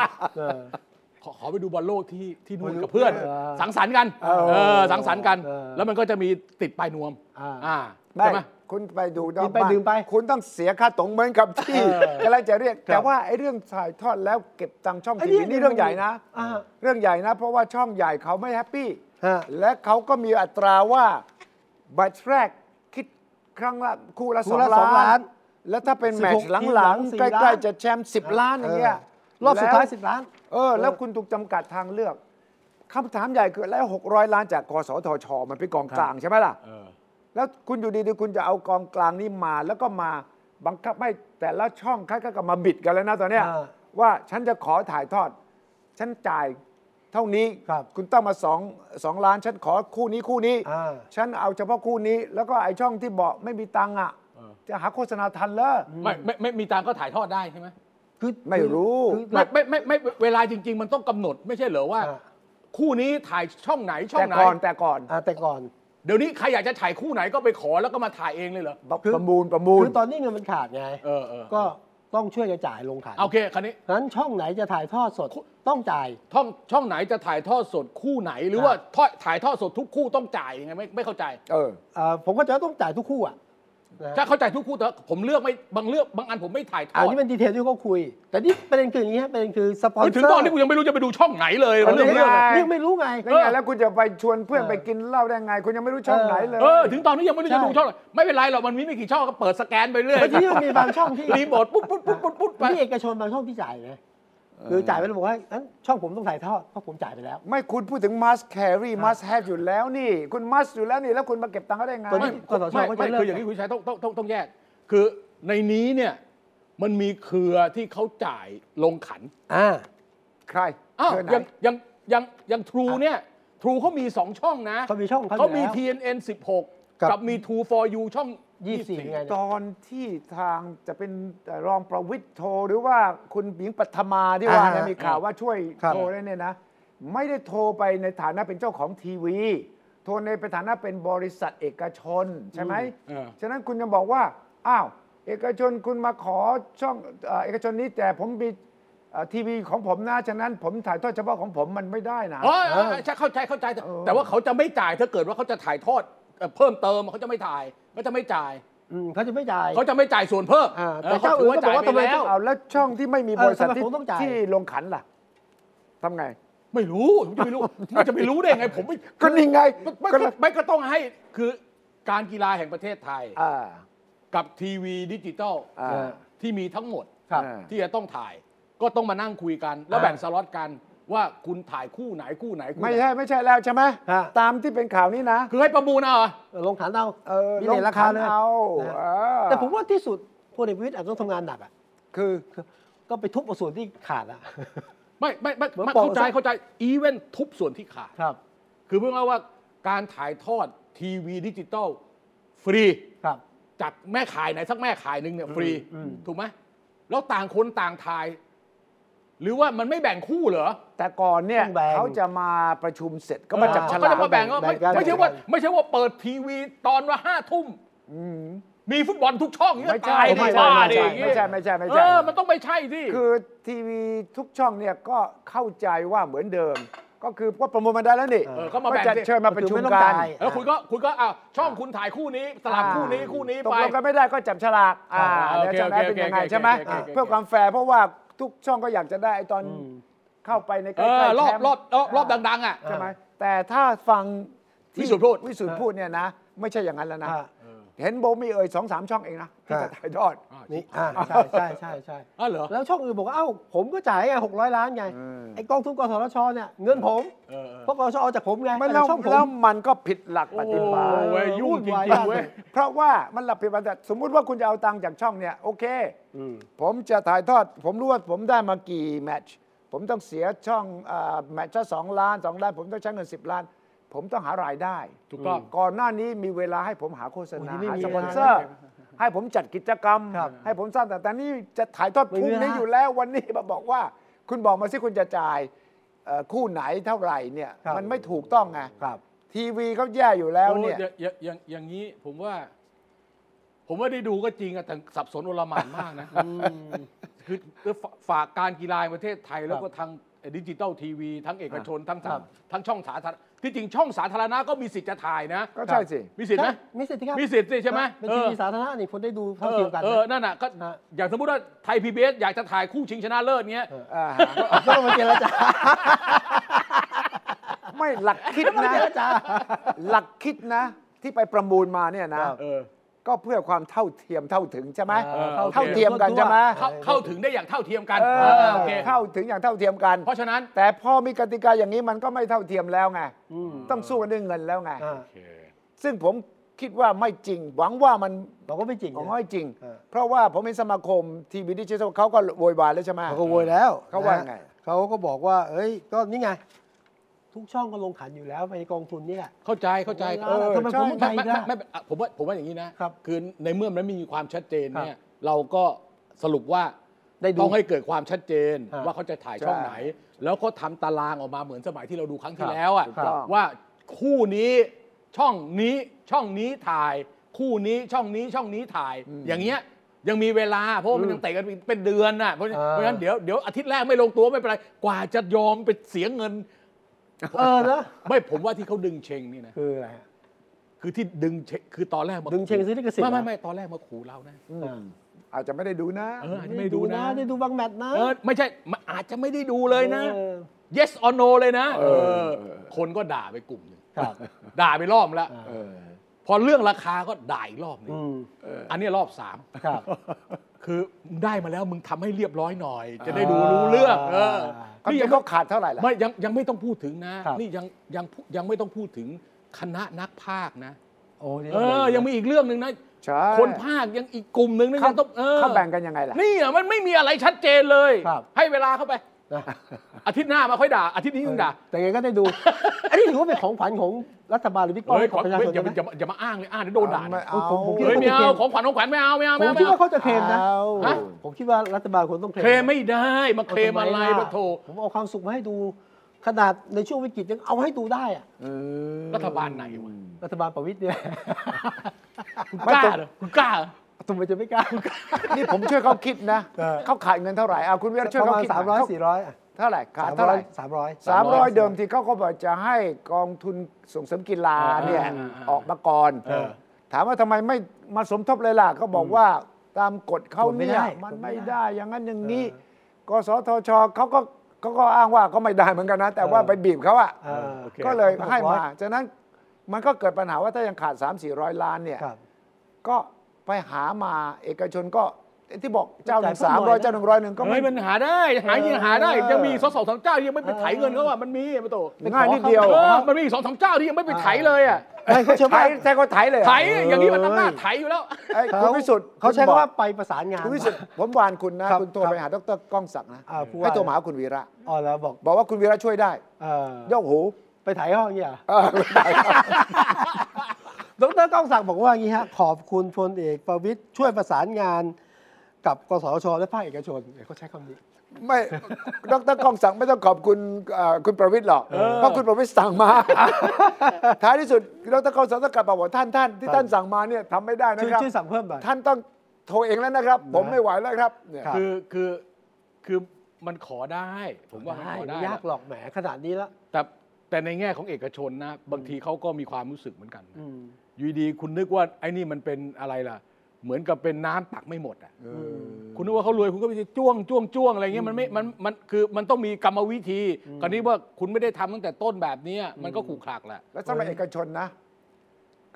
[SPEAKER 2] ขอขอไปดูบอลโลกที่ที่นู่นกับเพื่อน
[SPEAKER 1] เออ
[SPEAKER 2] สังสรรค์กัน
[SPEAKER 1] เออ
[SPEAKER 2] เออสังสรรค์กัน
[SPEAKER 1] เออ
[SPEAKER 2] แล้วมันก็จะมีติดปลายนวม
[SPEAKER 1] อ่า
[SPEAKER 2] อ่า
[SPEAKER 3] ไม่
[SPEAKER 2] ใช่ไหม
[SPEAKER 3] คุณไปดูนอก
[SPEAKER 1] กินไป
[SPEAKER 3] บ้าน
[SPEAKER 1] ดื่มไป
[SPEAKER 3] คุณต้องเสียค่าตรงเหมือนกับที่กำลังจะเรียก แต่ว่าไอ้เรื่องถ่ายทอดแล้วเก็บตังค์ช่อง
[SPEAKER 1] ไอ้
[SPEAKER 3] ที
[SPEAKER 1] เนี่
[SPEAKER 3] วี
[SPEAKER 1] ย
[SPEAKER 3] นี่เรื่องใหญ่นะ
[SPEAKER 1] อ่า
[SPEAKER 3] เรื่องใหญ่นะ เพราะว่าช่องใหญ่เขาไม่แฮปปี้
[SPEAKER 1] ฮะ
[SPEAKER 3] และเขาก็มีอัตราว่าบัตรแรกคิดครั้งละคู่ละ
[SPEAKER 1] คู่
[SPEAKER 3] สอง
[SPEAKER 1] ละสอง
[SPEAKER 3] ล้า
[SPEAKER 1] ล้าน
[SPEAKER 3] น แล้วถ้าเป็น
[SPEAKER 1] 16
[SPEAKER 3] แมตช์
[SPEAKER 1] ทีม
[SPEAKER 3] ห
[SPEAKER 1] หลั
[SPEAKER 3] ลัง
[SPEAKER 1] ง
[SPEAKER 3] ๆ
[SPEAKER 1] สี่
[SPEAKER 3] ใก
[SPEAKER 1] ล้าน
[SPEAKER 3] ล้ๆจะแชมป์สิบล้านอย่างเงี้ย
[SPEAKER 1] เออรอบสุดท้าย
[SPEAKER 3] แล้ว
[SPEAKER 1] สิบล้าน
[SPEAKER 3] เออ แล้ว
[SPEAKER 1] เออ
[SPEAKER 3] คุณถูกจำกัดทางเลือกคำถามใหญ่คือแล้ว600 ล้านจากกสทช มันเป็นกองกลางใช่ไหมล่ะ
[SPEAKER 2] เออ
[SPEAKER 3] แล้วคุณอยู่ดีๆคุณจะเอากองกลางนี่มา แล้วก็มาบังคับให้แต่ละช่องคัดก็กลับมาบิดกันแล้วนะตอนเนี้ย
[SPEAKER 1] อ่า
[SPEAKER 3] ว่าฉันจะขอถ่ายทอด ฉันจ่ายเท่านี้
[SPEAKER 1] ครับ
[SPEAKER 3] ณต้องมาสองสองล้าน ฉันขอคู่นี้คู่นี้
[SPEAKER 1] อ่า
[SPEAKER 3] ฉันเอาเฉพาะคู่นี้ แล้วก็ไอช่องที่บอกไม่มีตังค์อ่ะ จะหาโฆษณาทันเลย
[SPEAKER 2] ไม่ไม่ไม่มีตามก็ถ่ายทอดได้ใช่ไหม
[SPEAKER 1] คือ
[SPEAKER 3] ไม่รู้
[SPEAKER 1] คือห
[SPEAKER 2] ไม่
[SPEAKER 1] ลัก
[SPEAKER 2] ไม่ไม่ไม่เวลาจริง ๆ มันต้องกำหนดไม่ใช่เหรอว่า
[SPEAKER 1] อ่า
[SPEAKER 2] คู่นี้ถ่ายช่องไหนช่อ
[SPEAKER 3] แต่
[SPEAKER 2] งไหน
[SPEAKER 3] ก่อนแต่ก่อน
[SPEAKER 1] อ่าแต่ก่อน
[SPEAKER 2] เดี๋ยวนี้ใครอยากจะถ่ายคู่ไหนก็ไปขอแล้วก็มาถ่ายเองเลยเหรอ
[SPEAKER 3] ปร
[SPEAKER 1] คือ
[SPEAKER 3] ประมูลประมูล
[SPEAKER 1] คือตอนนี้เงินมันขาดไง
[SPEAKER 2] เออเออ
[SPEAKER 1] ก็ต้องช่วยกันจ่ายลงขัน
[SPEAKER 2] โอเคคันนี้
[SPEAKER 1] งั้นช่องไหนจะถ่ายทอดสดต้องจ่าย
[SPEAKER 2] ช่องช่องไหนจะถ่ายทอดสดคู่ไหนหรือว่าทอดถ่ายทอดสดทุกคู่ต้องจ่ายยังไงไม่ไม่เข้าใจ
[SPEAKER 3] เออ
[SPEAKER 1] เอ่อผมก็จะต้องจ่ายทุกคู่อ่ะนะ
[SPEAKER 2] ถ้าเข้าใจทุกคู่แต่ผมเลือกไม่บางเลือกบางอันผมไม่ถ่ายทอ
[SPEAKER 1] อัน
[SPEAKER 2] ด
[SPEAKER 1] นี้เป็นดีเทลที่เขาคุย แต่นี่ประเด็นคืออย่างนี้ฮะประเด็นคือสปอน
[SPEAKER 2] เฮ้ย
[SPEAKER 1] เซอร์
[SPEAKER 2] ถึงตอนนี้กูยังไม่รู้จะไปดูช่องไหนเลย
[SPEAKER 1] เรื่
[SPEAKER 2] เรื่
[SPEAKER 1] อ
[SPEAKER 2] อง ง
[SPEAKER 1] เ
[SPEAKER 2] เรื่อง
[SPEAKER 3] ไง
[SPEAKER 1] รื่องไม่รู้ไง
[SPEAKER 3] แล้วไงแล้วคุณจะไปชวนเพื่อนไปกินเหล้าได้ไง คุณยังไม่รู้ช่อง
[SPEAKER 1] เออ
[SPEAKER 3] ไหนเลย
[SPEAKER 2] เออถึงตอนนี้ยังไม่รู้จะ
[SPEAKER 1] ใช่
[SPEAKER 2] ดูช่องไหนไม่เป็นไรหรอกมันมีไม่กี่ช่องก็เปิดสแกนไปเรื่อย
[SPEAKER 1] แต่ที่นี่มันมีบางช่องที่
[SPEAKER 2] รีโมทปุ๊บปุ๊บปุ๊บปุ๊บปุ๊บไป
[SPEAKER 1] ที่เอกชนบางช่องที่จ่ายไงคือจ่ายไปแล้วบอกว่างั้นช่องผมต้องถ่ายทอดเพราะผมจ่ายไปแล้ว
[SPEAKER 3] ไม่คุณพูดถึง must carry must have อยู่แล้วนี่ คุณ must อยู่แล้วนี่ แล้วคุณมาเก็บตังค์เขาได้ไง
[SPEAKER 1] ตอนนี้
[SPEAKER 2] ไม่
[SPEAKER 1] กสช
[SPEAKER 2] ไม่
[SPEAKER 1] ก็จะ
[SPEAKER 2] ไม่
[SPEAKER 1] เลิก
[SPEAKER 2] คืออย่างนี้คุณชายต้องต้องต้องต้องแยก คือในนี้เนี่ยมันมีเครือที่เขาจ่ายลงขัน
[SPEAKER 1] อ่า
[SPEAKER 3] ใคร
[SPEAKER 2] อ้าว
[SPEAKER 3] เธอไหน
[SPEAKER 2] ยังยังยังยังทรูเนี่ยทรูเขามีสองช่องนะ
[SPEAKER 1] เขามีช่องเขาอยู่
[SPEAKER 2] เขามี
[SPEAKER 1] แล้ว
[SPEAKER 2] TNN 16
[SPEAKER 1] กับ
[SPEAKER 2] กับมี True for You ช่อง
[SPEAKER 1] ยี่สิบไง
[SPEAKER 3] ต
[SPEAKER 1] เนี่ย
[SPEAKER 3] อนที่ทางจะเป็นเอ่อรองประวิทย์โทรหรือว่าคุณหญิงปัทมาที่ว่านะ
[SPEAKER 1] อ่า
[SPEAKER 3] มีข่าวว่าช่วย
[SPEAKER 1] ครับ
[SPEAKER 3] โทรได้เนี่ยนะ ไม่ได้โทรไปในฐานะเป็นเจ้าของทีวี โทรในฐานะเป็นบริษัทเอกชนใช่ไหม
[SPEAKER 2] อืมเออ
[SPEAKER 3] ฉะนั้นคุณยังบอกว่า อ้าว เอกชนคุณมาขอช่องเอ่อเอกชนนี้แต่ผมมีเอ่อทีวีของผมนะฉะนั้นผมถ่ายทอดเฉพาะของผมมันไม่ได้นะ
[SPEAKER 2] อ๋อเออใช่เข้าใจเข้าใจแต่แต่ว่าเขาจะไม่จ่ายถ้าเกิดว่าเขาจะถ่ายทอดเอ่อเพิ่มเติมเขาจะไม่ถ่ายก็จะไม่จ่าย
[SPEAKER 1] อืมเขาจะไม่จ่าย
[SPEAKER 2] เขาจะไม่จ่ายส่วนเพิ่ม
[SPEAKER 1] อ่า
[SPEAKER 2] เอ
[SPEAKER 1] แต่
[SPEAKER 2] อเขา
[SPEAKER 1] เจ้า
[SPEAKER 2] ถื
[SPEAKER 1] อื่นก็บอก
[SPEAKER 2] อว่าจ่าย
[SPEAKER 1] ว่า
[SPEAKER 2] ไป
[SPEAKER 1] ทำไม
[SPEAKER 2] แล้
[SPEAKER 1] ต้
[SPEAKER 2] ว
[SPEAKER 1] อง
[SPEAKER 3] เอาแล้วช่องที่ไม่มี
[SPEAKER 1] เออบ
[SPEAKER 3] ริษัท
[SPEAKER 1] ทำไม
[SPEAKER 3] ที่
[SPEAKER 1] ผมต้องจ่าย
[SPEAKER 3] ที่ลงขันล่ะทำไง
[SPEAKER 2] ไม่รู้ผมจะไม่รู้ผมจะไปรู้ได้ไงผมไม่
[SPEAKER 3] ก็นี่ไง
[SPEAKER 2] ไม่
[SPEAKER 3] ก็
[SPEAKER 2] ก็ไม่ก็ต้องให้คือการกีฬาแห่งประเทศไทย
[SPEAKER 3] อ่า
[SPEAKER 2] กับทีวีดิจิตอล
[SPEAKER 3] อ่า
[SPEAKER 2] ที่มีทั้งหมด
[SPEAKER 3] ครับ
[SPEAKER 2] ที่จะต้องถ่าย ก็ต้องมานั่งคุยกัน แล้ว
[SPEAKER 3] อ่า
[SPEAKER 2] แบ่งสล็อตกันว่าคุณถ่ายคู่ไหนคู่ไหนคู่หน
[SPEAKER 3] ไม่ใช่ไม่ใช่แล้วใช่ไหม
[SPEAKER 1] ฮะ
[SPEAKER 3] ตามที่เป็นข่าวนี้นะ
[SPEAKER 2] คือให้ประมูลเอาเหรอ
[SPEAKER 1] เออลงขันเอา
[SPEAKER 3] เออ
[SPEAKER 1] มี
[SPEAKER 3] ล
[SPEAKER 1] เล
[SPEAKER 3] ง
[SPEAKER 1] ทราคา
[SPEAKER 3] ขัน
[SPEAKER 1] เลย
[SPEAKER 3] เอา
[SPEAKER 1] นะ
[SPEAKER 3] เออ
[SPEAKER 1] แต่ผมว่าที่สุดพลเอกประวิตยอาจจะต้องทำงานหนักอ่ะ
[SPEAKER 3] คือ
[SPEAKER 1] ก็ไปทุบเอาส่วนที่ขาดอ่ะ
[SPEAKER 2] ไม่ไม่ไม่
[SPEAKER 1] เหมือน
[SPEAKER 2] ไม่
[SPEAKER 1] ปอก
[SPEAKER 2] เข้าใจ
[SPEAKER 1] ซะ
[SPEAKER 2] เข้าใจอีเวนทุบส่วนที่ขาด
[SPEAKER 1] ครับ
[SPEAKER 2] คือเพื่อว่าการถ่ายทอดทีวีดิจิตอลฟรี
[SPEAKER 1] ครับ
[SPEAKER 2] จากแม่ขายไหนสักแม่ขายหนึ่งเนี่ยฟรี ถูกไหมแล้วต่างคนต่างถ่าย หรือว่ามันไม่แบ่งคู่เหรอ
[SPEAKER 3] แต่ก่อนเนี่ย
[SPEAKER 1] ต้องแบ่ง
[SPEAKER 3] เขาจะมาประชุมเสร็จก็มา
[SPEAKER 1] อ่า
[SPEAKER 3] จับฉ
[SPEAKER 2] ก็
[SPEAKER 3] ลา
[SPEAKER 2] จะ
[SPEAKER 3] ก
[SPEAKER 2] มาแบ่งก็
[SPEAKER 1] แบ่
[SPEAKER 2] ไม่
[SPEAKER 1] งกัน
[SPEAKER 2] ไม่ใช่
[SPEAKER 1] แบ่งกัน
[SPEAKER 2] ว่า ไม่ใช่ว่าเปิดทีวีตอนละห้าทุ่มมีฟุตบอลทุกช่องอย่างเงี้
[SPEAKER 3] ไม่
[SPEAKER 2] ย
[SPEAKER 3] ใช่
[SPEAKER 2] ตายดิบ้าดิอย่างเงี้
[SPEAKER 3] ไม่ใช่ไม่ใช่ไม่ใช่
[SPEAKER 2] ย
[SPEAKER 3] ไม่ใช่ไม่
[SPEAKER 2] เอ
[SPEAKER 3] ใช่
[SPEAKER 2] อมันต้องไม่ใช่สิ
[SPEAKER 3] คือทีวีทุกช่องเนี่ยก็เข้าใจว่าเหมือนเดิม ก็คือว่าประมูลมาได้แล้วนี่
[SPEAKER 2] เออก็มา
[SPEAKER 3] ก็
[SPEAKER 2] แบ่ง
[SPEAKER 3] จะ
[SPEAKER 2] สิ
[SPEAKER 3] เชิญมาประชุม
[SPEAKER 1] คือไม่ต้อง
[SPEAKER 3] กัน
[SPEAKER 1] จ่าย
[SPEAKER 2] แล้วคุณก็คุณก็อ่ะช่องคุณถ่ายคู่นี้สลับคู่นี้คู่นี้
[SPEAKER 3] ตก
[SPEAKER 2] ไป
[SPEAKER 3] ลงกันไม่ได้ก็จับฉลากอ่า
[SPEAKER 2] อ่า
[SPEAKER 3] แล้ว
[SPEAKER 2] โอเค
[SPEAKER 3] ช่องไหน
[SPEAKER 2] โอเค
[SPEAKER 3] เป็นยังไง
[SPEAKER 2] โอเค
[SPEAKER 3] ใช่ไหม
[SPEAKER 2] โอเคโอเค
[SPEAKER 3] เพื่อความแฟร์เพราะว่าทุกช่องก็อยากจะได้ไอ้ตอนเข้าไปในใก
[SPEAKER 2] เออรอ
[SPEAKER 3] ล้ๆ
[SPEAKER 2] บ
[SPEAKER 3] แชมป์
[SPEAKER 2] รอบรอบรอบดัง ๆ อ่ะ
[SPEAKER 3] ใช่ไหมแต่ถ้าฟังที่
[SPEAKER 2] วิสุทธิพูด
[SPEAKER 3] วิสุทธิพูดเนี่ยนะ ไม่ใช่อย่างนั้นแล้วนะ
[SPEAKER 1] อ่า
[SPEAKER 3] เห็นโบมีเอ่ยสองสามช่องเองนะที่จะถ่ายทอด
[SPEAKER 1] นี่อ่าใช่ใช่ใช่ใช่
[SPEAKER 2] อ๋อเหรอ
[SPEAKER 1] แล้วช่องอื่นบอกว่าเอ้าผมก็จ่ายไงหกร้อยล้านไงไอ้กองทุนกสทชเนี่ยเงินผม
[SPEAKER 2] เออเออ
[SPEAKER 1] เพราะกสทชเอาจากผมไง
[SPEAKER 3] มันแล้ว
[SPEAKER 1] แต่ช่องผม
[SPEAKER 3] แล้วมันก็ผิดหลักปฏิบัติ
[SPEAKER 2] โอ้ยยุ่งจริงๆเว้ย
[SPEAKER 3] เพราะว่ามันหลับผิดปฏิบัติสมมุติว่าคุณจะเอาตังค์จากช่องเนี่ยโอเคผมจะถ่ายทอด ผมรู้ว่าผมได้มากี่แมตช์ผมต้องเสียช่องเอ่อแมตช์ละสองล้านสองล้าน ผมต้องใช้เงิน 10 ล้าน ผมต้องหารายได้
[SPEAKER 2] ถูกต้อง
[SPEAKER 3] ก่อนหน้านี้มีเวลาให้ผมหาโฆษณา
[SPEAKER 1] โอ้ยนี่ไม่
[SPEAKER 3] หา
[SPEAKER 1] มี
[SPEAKER 3] สปอนเซอร์ ให้ผมจัดกิจกรรม
[SPEAKER 1] ครับ
[SPEAKER 3] ให้ผมสร้างแต่แต่นี่จะถ่ายทอด
[SPEAKER 1] ไม่
[SPEAKER 3] พรุ่
[SPEAKER 1] มี
[SPEAKER 3] งนี้
[SPEAKER 1] เวลา
[SPEAKER 3] อยู่แล้ววันนี้มาบอกว่า คุณบอกมาสิคุณจะจ่ายเอ่อคู่ไหนเท่าไหร่เนี่ย
[SPEAKER 1] ครับ
[SPEAKER 3] มันไม่ถูกต้องไง
[SPEAKER 1] ครับ
[SPEAKER 3] ทีวีเขาแย่อยู่แล้วเนี่ย
[SPEAKER 2] โอ้อย่าอย่าอย่างอย่างนี้ผมว่า ผมว่าได้ดูก็จริงอะแต่สับสนโอลหมานมากนะ คือฝากการกีฬาแห่งประเทศไทยแล้วก็ทางดิจิตอลทีวีทั้งเอกชนทั้ง
[SPEAKER 1] ครับ
[SPEAKER 2] ทั้งช่องสาธารณะที่จริงช่องสาธารณะก็มีสิทธิ์จะถ่ายนะ
[SPEAKER 3] ก็ใช่สิ
[SPEAKER 2] มีสิทธิ์ไหม
[SPEAKER 1] มีสิทธิ์ครับ
[SPEAKER 2] มีสิทธิ์สิใช่ไหม
[SPEAKER 1] เป็น
[SPEAKER 2] เอ
[SPEAKER 1] ที
[SPEAKER 2] อ
[SPEAKER 1] วีสาธารณะนี่คนได้ดูเท่าเทียมกัน
[SPEAKER 2] เอ
[SPEAKER 1] นะ
[SPEAKER 2] อ นั่นน่ะก็
[SPEAKER 1] ฮะ
[SPEAKER 2] อย่างสมมติว่าไทยพีบีเอสอยากจะถ่ายคู่ชิงชนะเลิศเงี้ย
[SPEAKER 3] อ่าฮะ
[SPEAKER 1] ก็ต้องมาเจรจา
[SPEAKER 3] ไม่หลักคิดนะ
[SPEAKER 1] จ้า
[SPEAKER 3] หลักคิดนะ ที่ไปประมูลมาเนี่ยนะ
[SPEAKER 1] ครับ
[SPEAKER 2] เออ
[SPEAKER 3] ก็เพื่อความเท่าเทียมเท่าถึงใช่ไหม
[SPEAKER 1] เออ
[SPEAKER 3] เท่าเทียมกันใช่ไหม
[SPEAKER 2] เข้าเข้าถึงได้อย่างเท่าเทียมกัน
[SPEAKER 3] เออ
[SPEAKER 2] เออโอเค
[SPEAKER 3] เข้าถึงอย่างเท่าเทียมกัน
[SPEAKER 2] เพราะฉะนั้น
[SPEAKER 3] แต่พอมีกติกาอย่างนี้มันก็ไม่เท่าเทียมแล้วไง
[SPEAKER 1] อืม
[SPEAKER 3] ต้องสู้กันด้วยเงินแล้วไง
[SPEAKER 1] อ่า
[SPEAKER 3] ซึ่งผมคิดว่าไม่จริง หวังว่ามัน
[SPEAKER 1] บอกว่าไม่จริง
[SPEAKER 3] ข
[SPEAKER 1] นะ
[SPEAKER 3] องไม่จริง
[SPEAKER 1] เออ
[SPEAKER 3] เพราะว่าผมเห็นสมาคมทีวีดิจิทัลเขาก็โวยวายแล้วใช่ไหม
[SPEAKER 1] เขาก็โวยแล้ว
[SPEAKER 3] เขาว่า
[SPEAKER 1] นะ
[SPEAKER 3] ไง
[SPEAKER 1] เขาก็บอกว่า เอ้ย ก็นี่ไง ทุกช่องก็ลงขันอยู่แล้วไปกองทุนนี่แหละ
[SPEAKER 2] เข้าใจ เข้าใจ
[SPEAKER 1] เออทำไมผม
[SPEAKER 2] ไม่
[SPEAKER 1] ไปอี
[SPEAKER 2] ไม่
[SPEAKER 1] กล่ะ
[SPEAKER 2] ไม่ไม่อ่ะผมว่าผมว่าอย่างนี้นะครับ คือในเมื่อมันไม่มีความชัดเจน
[SPEAKER 1] ครั
[SPEAKER 2] เนี่ย
[SPEAKER 1] บ
[SPEAKER 2] เราก็สรุปว่า
[SPEAKER 1] ได้ดู
[SPEAKER 2] ต้องให้เกิดความชัดเจน
[SPEAKER 1] ฮะ
[SPEAKER 2] ว่าเขาจะถ่ายช่อง
[SPEAKER 3] ใช่
[SPEAKER 2] ไหน แล้วก็ทำตารางออกมาเหมือนสมัยที่เราดูครั้งที่
[SPEAKER 1] ครับ
[SPEAKER 2] แล้วอะ
[SPEAKER 3] ถูกต้อง
[SPEAKER 2] ว่าคู่นี้ช่องนี้ช่องนี้ถ่าย คู่นี้ช่องนี้ช่องนี้ถ่าย อย่างเงี้ยยังมีเวลาเพราะว่ามันยังเตะกันเป็นเดือนน่ะเพราะฉะนั้น
[SPEAKER 1] อ่า
[SPEAKER 2] เพราะฉะนั้นเดี๋ยวเดี๋ยวอาทิตย์แรกไม่ลงตัวไม่เป็นไรกว่าจะยอมไปเสียเงิน
[SPEAKER 1] เออนะ
[SPEAKER 2] ไม่ผมว่าที่เขาดึงเชงนี่นะ
[SPEAKER 1] คืออะไรฮะ
[SPEAKER 2] คือที่ดึงเชคือตอนแรกมา
[SPEAKER 1] ดึงเชงซื้อลิขสิทธิ์
[SPEAKER 2] ไม่ไม่
[SPEAKER 1] เหรอ
[SPEAKER 2] ไม่ตอนแรกมาขู่เรานะ
[SPEAKER 1] อ่า
[SPEAKER 3] อาจจะไม่ได้ดูนะ
[SPEAKER 2] เอออาจจะไม่ดูนะ
[SPEAKER 1] ได้ดูบางแมตช์นะ
[SPEAKER 2] เออไม่ใช่มันอาจจะไม่ได้ดูเลยนะ
[SPEAKER 1] ออ
[SPEAKER 2] yes or no เลยนะ
[SPEAKER 3] เออ
[SPEAKER 2] เออคนก็ด่าไปกลุ่มหนึ่ง
[SPEAKER 1] ครับ
[SPEAKER 2] ด่าไปรอบละ
[SPEAKER 1] อ่า
[SPEAKER 3] เออ
[SPEAKER 2] พอเรื่องราคาก็ด่าอีกรอบหนึง
[SPEAKER 1] อืม
[SPEAKER 2] อันนี้รอบสาม
[SPEAKER 1] ครับ
[SPEAKER 2] คือได้มาแล้วมึงทำให้เรียบร้อยหน่อย จะได้ดูรู้เรื่องเออ
[SPEAKER 3] ก็
[SPEAKER 2] นี่
[SPEAKER 3] จะ
[SPEAKER 2] ยัง
[SPEAKER 3] ก็ขาดเท่าไหร่ล่ะ
[SPEAKER 2] ไม่ยังยังไม่ต้องพูดถึงนะ
[SPEAKER 1] ครับ
[SPEAKER 2] นี่ยังยังพูยังไม่ต้องพูดถึงคณะนักภาคนะ
[SPEAKER 1] โอ้นี่
[SPEAKER 2] เออ ยังมีอีกเรื่องหนึ่งนะ
[SPEAKER 3] ใช่
[SPEAKER 2] คนภาคยังอีกกลุ่มหนึ่งนะ
[SPEAKER 3] เขา
[SPEAKER 2] ยังต้องเออ
[SPEAKER 3] เขาแบ่งกันยังไงล่ะ
[SPEAKER 2] นี่อ่ะมันไม่มีอะไรชัดเจนเลย
[SPEAKER 1] ครับ
[SPEAKER 2] ให้เวลาเข้าไป
[SPEAKER 1] นะ
[SPEAKER 2] อาทิตย์หน้ามาค่อยด่า อาทิตย์นี้ยังด่า
[SPEAKER 1] แต่ยังไงก็ได้ดู อันนี้ถือว่าเป็นของขวัญของรัฐบาลหรือบิ๊กป้อม
[SPEAKER 2] เฮ้ย
[SPEAKER 1] ของประชาชน
[SPEAKER 2] อย่า
[SPEAKER 1] นะ
[SPEAKER 2] อย่าอย่ามาอ้างเลยอ้างเดี๋ยวโดนด่า
[SPEAKER 3] ไม่
[SPEAKER 2] เนี่ย
[SPEAKER 3] เอา
[SPEAKER 1] โอ้ผมผมคิด
[SPEAKER 2] เฮ้ย
[SPEAKER 1] ว่า
[SPEAKER 2] ไม่
[SPEAKER 1] เขาจะเคลม
[SPEAKER 2] เอาของขวัญของขวัญไม่เอาไม่เอา
[SPEAKER 1] ผ
[SPEAKER 2] ไม่
[SPEAKER 1] ม
[SPEAKER 2] เอา
[SPEAKER 1] คิด
[SPEAKER 2] ไม่เอา
[SPEAKER 1] ว่าเขาจะเคลมนะ
[SPEAKER 3] เอา
[SPEAKER 1] ฮะผมคิดว่ารัฐบาลควรต้องเคลม
[SPEAKER 2] เคลมไม่ได้มาเคลมอะไร
[SPEAKER 1] เาทำ
[SPEAKER 2] ปะโถ
[SPEAKER 1] ผมเอาความสุขมาให้ดู ขนาดในช่วงวิกฤตยังเอาให้ดูได้อะ
[SPEAKER 2] รัฐบาลไหนวะ
[SPEAKER 1] รัฐบาลประวิตยเนี่ย
[SPEAKER 2] คุณกล้าเหรอคุณกล้าเหรอ
[SPEAKER 1] ทำไมจะไม่กล้า
[SPEAKER 3] นี่ผมช่วยเขาคิดนะ
[SPEAKER 1] เออ
[SPEAKER 3] เขาขาดเงินเท่าไหร่เอาคุณวิรัตช่วย
[SPEAKER 1] ประ
[SPEAKER 3] เขา
[SPEAKER 1] มาณ
[SPEAKER 3] คิด
[SPEAKER 1] สามร้อยสี่ร้อย
[SPEAKER 3] เท่าไหร่ขา
[SPEAKER 1] สา
[SPEAKER 3] ด
[SPEAKER 1] ม
[SPEAKER 3] เท่า
[SPEAKER 1] ร้
[SPEAKER 3] ไห
[SPEAKER 1] อย
[SPEAKER 3] ร่
[SPEAKER 1] สามร้อย
[SPEAKER 3] สามร้อยเดิมที่เขาก็บอกจะให้กองทุนส่งเสริมกีฬาเนี่ย
[SPEAKER 2] าอ่า
[SPEAKER 3] ออกมาก่อน
[SPEAKER 1] เออ
[SPEAKER 3] ถามว่าทำไมไม่มาสมทบเลยล่ะเขาบอกว่าตามกฎเขา
[SPEAKER 1] กดไม่
[SPEAKER 3] เนี่
[SPEAKER 1] ได้
[SPEAKER 3] ยมันไม่ได้อย่างนั้นอย่างนี้
[SPEAKER 1] เออก
[SPEAKER 3] สทชเขาก็เขาก็อ้างว่าก็ไม่ได้เหมือนกันนะ แต่ว่า
[SPEAKER 1] เออ
[SPEAKER 3] ไปบีบเขาอะ
[SPEAKER 1] เออโอเค
[SPEAKER 3] ก็เลยให้มาฉะนั้นมันก็เกิดปัญหาว่าถ้ายังขาด 3 4 0 0 ล้านเนี่ย
[SPEAKER 1] ครับ
[SPEAKER 3] ก็ไปหามาเอกชนก็ที่บอกเจ้าหนึ่ง
[SPEAKER 1] จ่า
[SPEAKER 3] สาย ม
[SPEAKER 1] เพิ่มหน่อย ยนะ
[SPEAKER 3] ร้อเจ้าหนึ่งร้อยหนึ่งก็
[SPEAKER 2] เฮ้
[SPEAKER 3] ไม่
[SPEAKER 2] ยมันหาได้หายังหาได้
[SPEAKER 3] เออ
[SPEAKER 2] ยังมีสองสองเจ้าที่ยังไม่ไปไถเงินเขาอ่ะมันมีปะโถ
[SPEAKER 3] ง่ายนิดเดียว
[SPEAKER 2] เออมันมีอีกสองสามเจ้าที่ยังไม่ไปไถเลยอ่ะ
[SPEAKER 1] ไม่เขาใช้
[SPEAKER 3] ไถ
[SPEAKER 1] ว่า
[SPEAKER 3] ใช้ก็ไถเลยเหรอ
[SPEAKER 2] ไถอย่างนี้มันอำนาจไถอยู่แล้ว
[SPEAKER 3] ไอ้คุณวิสุทธิ์
[SPEAKER 1] เขาใช้
[SPEAKER 3] ผมบอก
[SPEAKER 1] ว่าไปประสานงาน
[SPEAKER 3] คุณวิสุทธิ์ผมวานคุณนะ
[SPEAKER 1] ครับ
[SPEAKER 3] คุณโทรไปหาดรก้องศักดิ์นะ
[SPEAKER 1] อ่าผู้ว่า
[SPEAKER 3] ให้โทรมาหาคุณวีระ
[SPEAKER 1] อ๋อแล้วบอก
[SPEAKER 3] บอกว่าคุณวีระช่วยได้
[SPEAKER 1] เออ
[SPEAKER 3] โยกหู
[SPEAKER 1] ไปถ่ายห้องเนี่ยเหรอ
[SPEAKER 3] เออไม่ได้
[SPEAKER 1] ดรก้องศักดิ์บอกว่าอย่างนี้ฮะ ขอบคุณพลเอกประวิตยช่วยประสานงานกับกสชและภาคเอกชนเนี่ยเขาใช้คำนี้
[SPEAKER 3] ไม่ดรก้องศักดิ์ไม่ต้องขอบคุณเอ่อคุณประวิทย์หรอกเพราะคุณประวิทย์สั่งมา ท้ายที่สุดดรก้องศักดิ์ต้องกลับมาบอกท่านท่านที่ท่านสั่งมาเนี่ยทำไม่ได้นะ
[SPEAKER 1] ชื่อ
[SPEAKER 3] ครับ
[SPEAKER 1] ชื่อสั่งเพิ่มหน่อย
[SPEAKER 3] ท่านต้องโทรเองแล้วนะครับ ผมไม่ไหวแล้วครับเนี่ย
[SPEAKER 1] ครับ
[SPEAKER 2] คือคือคือมันขอได้ ผมว่ามันขอได้
[SPEAKER 1] ยากหรอกแหมขนาดนี้แล้ว
[SPEAKER 2] แต่แต่ในแง่ของเอกชนนะ บางทีเขาก็มีความรู้สึกเหมือนกันนะ
[SPEAKER 1] อืม
[SPEAKER 2] อยู่ดีคุณนึกว่าไอ้นี่มันเป็นอะไรล่ะ เหมือนกับเป็นน้ำตักไม่หมดอ่ะคุณนึกว่าเขารวยคุณก็ไปจ้วงจ้วงจ้วงอะไรเงี้ยมันไม่มันมันคือมันต้องมีกรรมวิธีกรณีว่าคุณไม่ได้ทำตั้งแต่ต้นแบบเนี้ยมันก็ขูกขลักแหละ
[SPEAKER 3] และสำหรับเอกชนนะ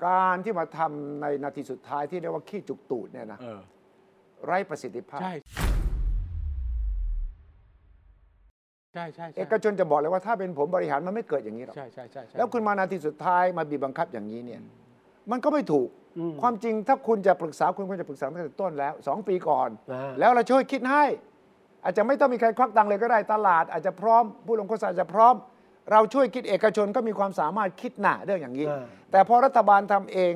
[SPEAKER 3] การที่มาทำในนาทีสุดท้ายที่เรียกว่าขี้จุกตูดเนี่ยนะ
[SPEAKER 2] เออ
[SPEAKER 3] ไร้ประสิทธิภาพ
[SPEAKER 2] ใช่ใช่ใช่
[SPEAKER 3] เอ
[SPEAKER 2] ใช่
[SPEAKER 3] กชนจะบอกเลยว่าถ้าเป็นผมบริหารมันไม่เกิดอย่างนี้หรอก
[SPEAKER 2] ใช่ใช่ใช่ใช่
[SPEAKER 3] แล้วคุณมานาทีสุดท้ายมาบีบบังคับอย่างนี้เนี่ยมันก็ไม่ถูก ความจริงถ้าคุณจะปรึกษาคุณควรจะปรึกษาตั้งแต่ต้นแล้วสองปีก่อน
[SPEAKER 1] อ่า
[SPEAKER 3] แล้วเราช่วยคิดให้ อาจจะไม่ต้องมีใครควักตังค์เลยก็ได้ตลาด อาจจะพร้อมผู้ลงโฆษณาอาจจะพร้อม เราช่วยคิดเอกชนก็มีความสามารถคิดหนาเรื่องอย่างนี้
[SPEAKER 1] อ่า
[SPEAKER 3] แต่พอรัฐบาลทำเอง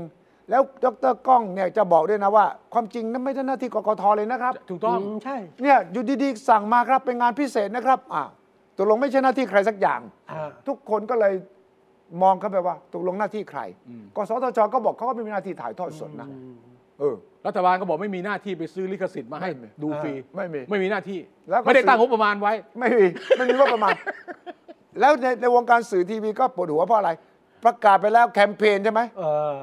[SPEAKER 3] แล้วดรก้องเนี่ยจะบอกด้วยนะว่า ความจริงนั้นไม่ใช่หน้าที่กกทเลยนะครับ
[SPEAKER 2] ถูกต้อง
[SPEAKER 1] มใช่
[SPEAKER 3] เนี่ยอยู่ดีๆสั่งมาครับเป็นงานพิเศษนะครับอ่าตกลงไม่ใช่หน้าที่ใครสักอย่าง
[SPEAKER 1] อ่า
[SPEAKER 3] ทุกคนก็เลยมองเข้าไปว่าตกลงหน้าที่ใคร กสทชก็บอกเขาก็ไม่มีหน้าที่ถ่ายทอดสดนะเออ
[SPEAKER 2] รัฐบาลก็บอกไม่มีหน้าที่ไปซื้อลิขสิทธิ์มาให้ดูฟรี
[SPEAKER 3] ไม่มี
[SPEAKER 2] ไม่มีหน้าที่
[SPEAKER 3] แล้วก็
[SPEAKER 2] ไม่ได้ตั้งงบประมาณไว้
[SPEAKER 3] ไม่มีไม่มีงบประมาณ แล้วในในวงการสื่อทีวีก็ปวดหัวเพราะอะไร ประกาศไปแล้วแคมเปญใช่ไหม
[SPEAKER 1] เอ่อ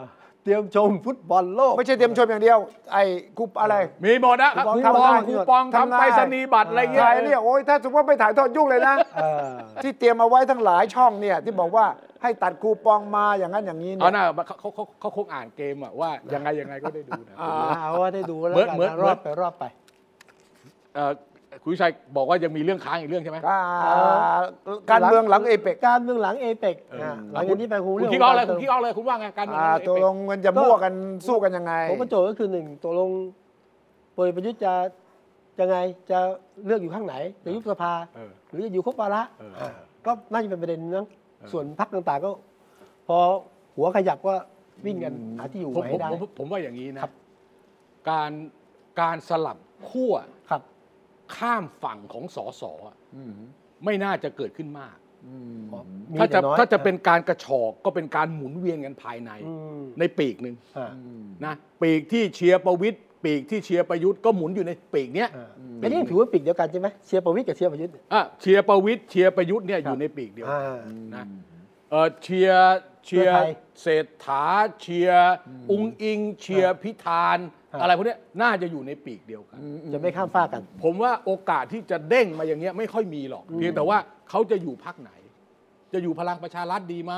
[SPEAKER 1] เตรียมชมฟุตบอลโลก
[SPEAKER 3] ไม่ใช่เตรียมชมอย่างเดียว ไอ้คูปอะไร
[SPEAKER 2] มีหมดนะครับ
[SPEAKER 3] คู
[SPEAKER 2] คู
[SPEAKER 3] ป
[SPEAKER 2] ป
[SPEAKER 3] อง
[SPEAKER 2] องคูปอง
[SPEAKER 3] ทำได้ทำได้
[SPEAKER 2] ทำไปรษณีย์บัตรอะไรเงี้ย
[SPEAKER 3] ถ่ายเนี่ยโอ้ยถ้าสมมติว่าไม่ถ่ายทอดยุ่งเลย นะ
[SPEAKER 1] เออ
[SPEAKER 3] ที่เตรียมเอาไว้ทั้งหลายช่องเนี่ย ที่บอกว่าให้ตัดคูปองมาอย่างนั้นอย่างนี้
[SPEAKER 2] เอา
[SPEAKER 3] เนี่ย
[SPEAKER 2] หน้าเขาเขาเขาเขาคงอ่านเกมอะว่ายังไงยังไงก็ได้ดูนะ
[SPEAKER 1] อ่าเอาว่าได้ดูแล้วกัน
[SPEAKER 2] เหมือน
[SPEAKER 1] นะ
[SPEAKER 2] เหมื
[SPEAKER 1] ร
[SPEAKER 2] อน
[SPEAKER 1] อดไปรอดไป
[SPEAKER 2] เอ่อคุณวิชัยบอกว่ายังมีเรื่องค้างอีกเรื่องใช่ไหม
[SPEAKER 3] อ่าการเมืองหลังเอเปก
[SPEAKER 1] การเมืองหลังเอเปกหลังจากนี้ไปคง
[SPEAKER 2] คุณ
[SPEAKER 1] เรื่อง
[SPEAKER 2] คิดเอาเลย
[SPEAKER 1] ข
[SPEAKER 2] คุณ
[SPEAKER 1] อง
[SPEAKER 2] คิดเอาเลยคุณว่าไงการเมือง
[SPEAKER 3] ตกลงมันจะมั่วกันสู้กันยังไง
[SPEAKER 1] ผมกระโจทย์ก็คือหนึ่งตกลงพลเอกประยุทธ์จะยังไงจะเลือกอยู่ข้างไหนจะยุบสภา
[SPEAKER 2] เออ
[SPEAKER 1] หรือจะอยู่ครบวาระ
[SPEAKER 2] เออ
[SPEAKER 1] เออก็น่าจะเป็นประเด็นนั้งส่วนพรรคต่างๆก็ พอหัวขยับก็วิ่งกันหาที่อยู่
[SPEAKER 2] ผม
[SPEAKER 1] ใหม่
[SPEAKER 2] ผ
[SPEAKER 1] ให้
[SPEAKER 2] ม
[SPEAKER 1] ได้
[SPEAKER 2] ผมผมว่าอย่างนี้นะ
[SPEAKER 1] ครับ
[SPEAKER 2] การการสลับขั้ว
[SPEAKER 1] ครับ
[SPEAKER 2] ข้ามฝั่งของสสอะไม่น่าจะเกิดขึ้นมาก
[SPEAKER 1] มี
[SPEAKER 2] ถ้าจะ
[SPEAKER 1] แต่น้อย
[SPEAKER 2] ถ้าจะเป็นการกระชอกก็เป็นการหมุนเวียนกันภายใน
[SPEAKER 1] อืม
[SPEAKER 2] ในปีกหนึ่ง
[SPEAKER 1] อ่า
[SPEAKER 2] นะปีกที่เชียร์ประวิตย์ปีกที่เชียร์ประยุทธ์ก็หมุนอยู่ในปีกเนี้ย
[SPEAKER 1] อ่าอันนี้ถือว่าปีกเดียวกันใช่ไหมเชียร์ประวิทย์กับเชียร์ประยุทธ์เนี่ย
[SPEAKER 2] อ่ะเชียร์ประวิตย์เชียร์ประยุทธ์เนี่ย
[SPEAKER 1] ครับ
[SPEAKER 2] อยู่ในปีกเดียว
[SPEAKER 1] อ่า
[SPEAKER 2] นะเออเชียร์เชียร์
[SPEAKER 1] เพื่อไทย
[SPEAKER 2] เศรษฐาเชียร์อุงอิง เชียร์พิธาน
[SPEAKER 1] ครับ
[SPEAKER 2] อะไรพวกเนี้ยน่าจะอยู่ในปีกเดียวกัน
[SPEAKER 1] จะไม่ข้ามฟากกัน
[SPEAKER 2] ผมว่าโอกาสที่จะเด้งมาอย่างเงี้ยไม่ค่อยมีหรอก เพียงแต่ว่าเขาจะอยู่พักไหน จะอยู่พลังประชารัฐดีไหม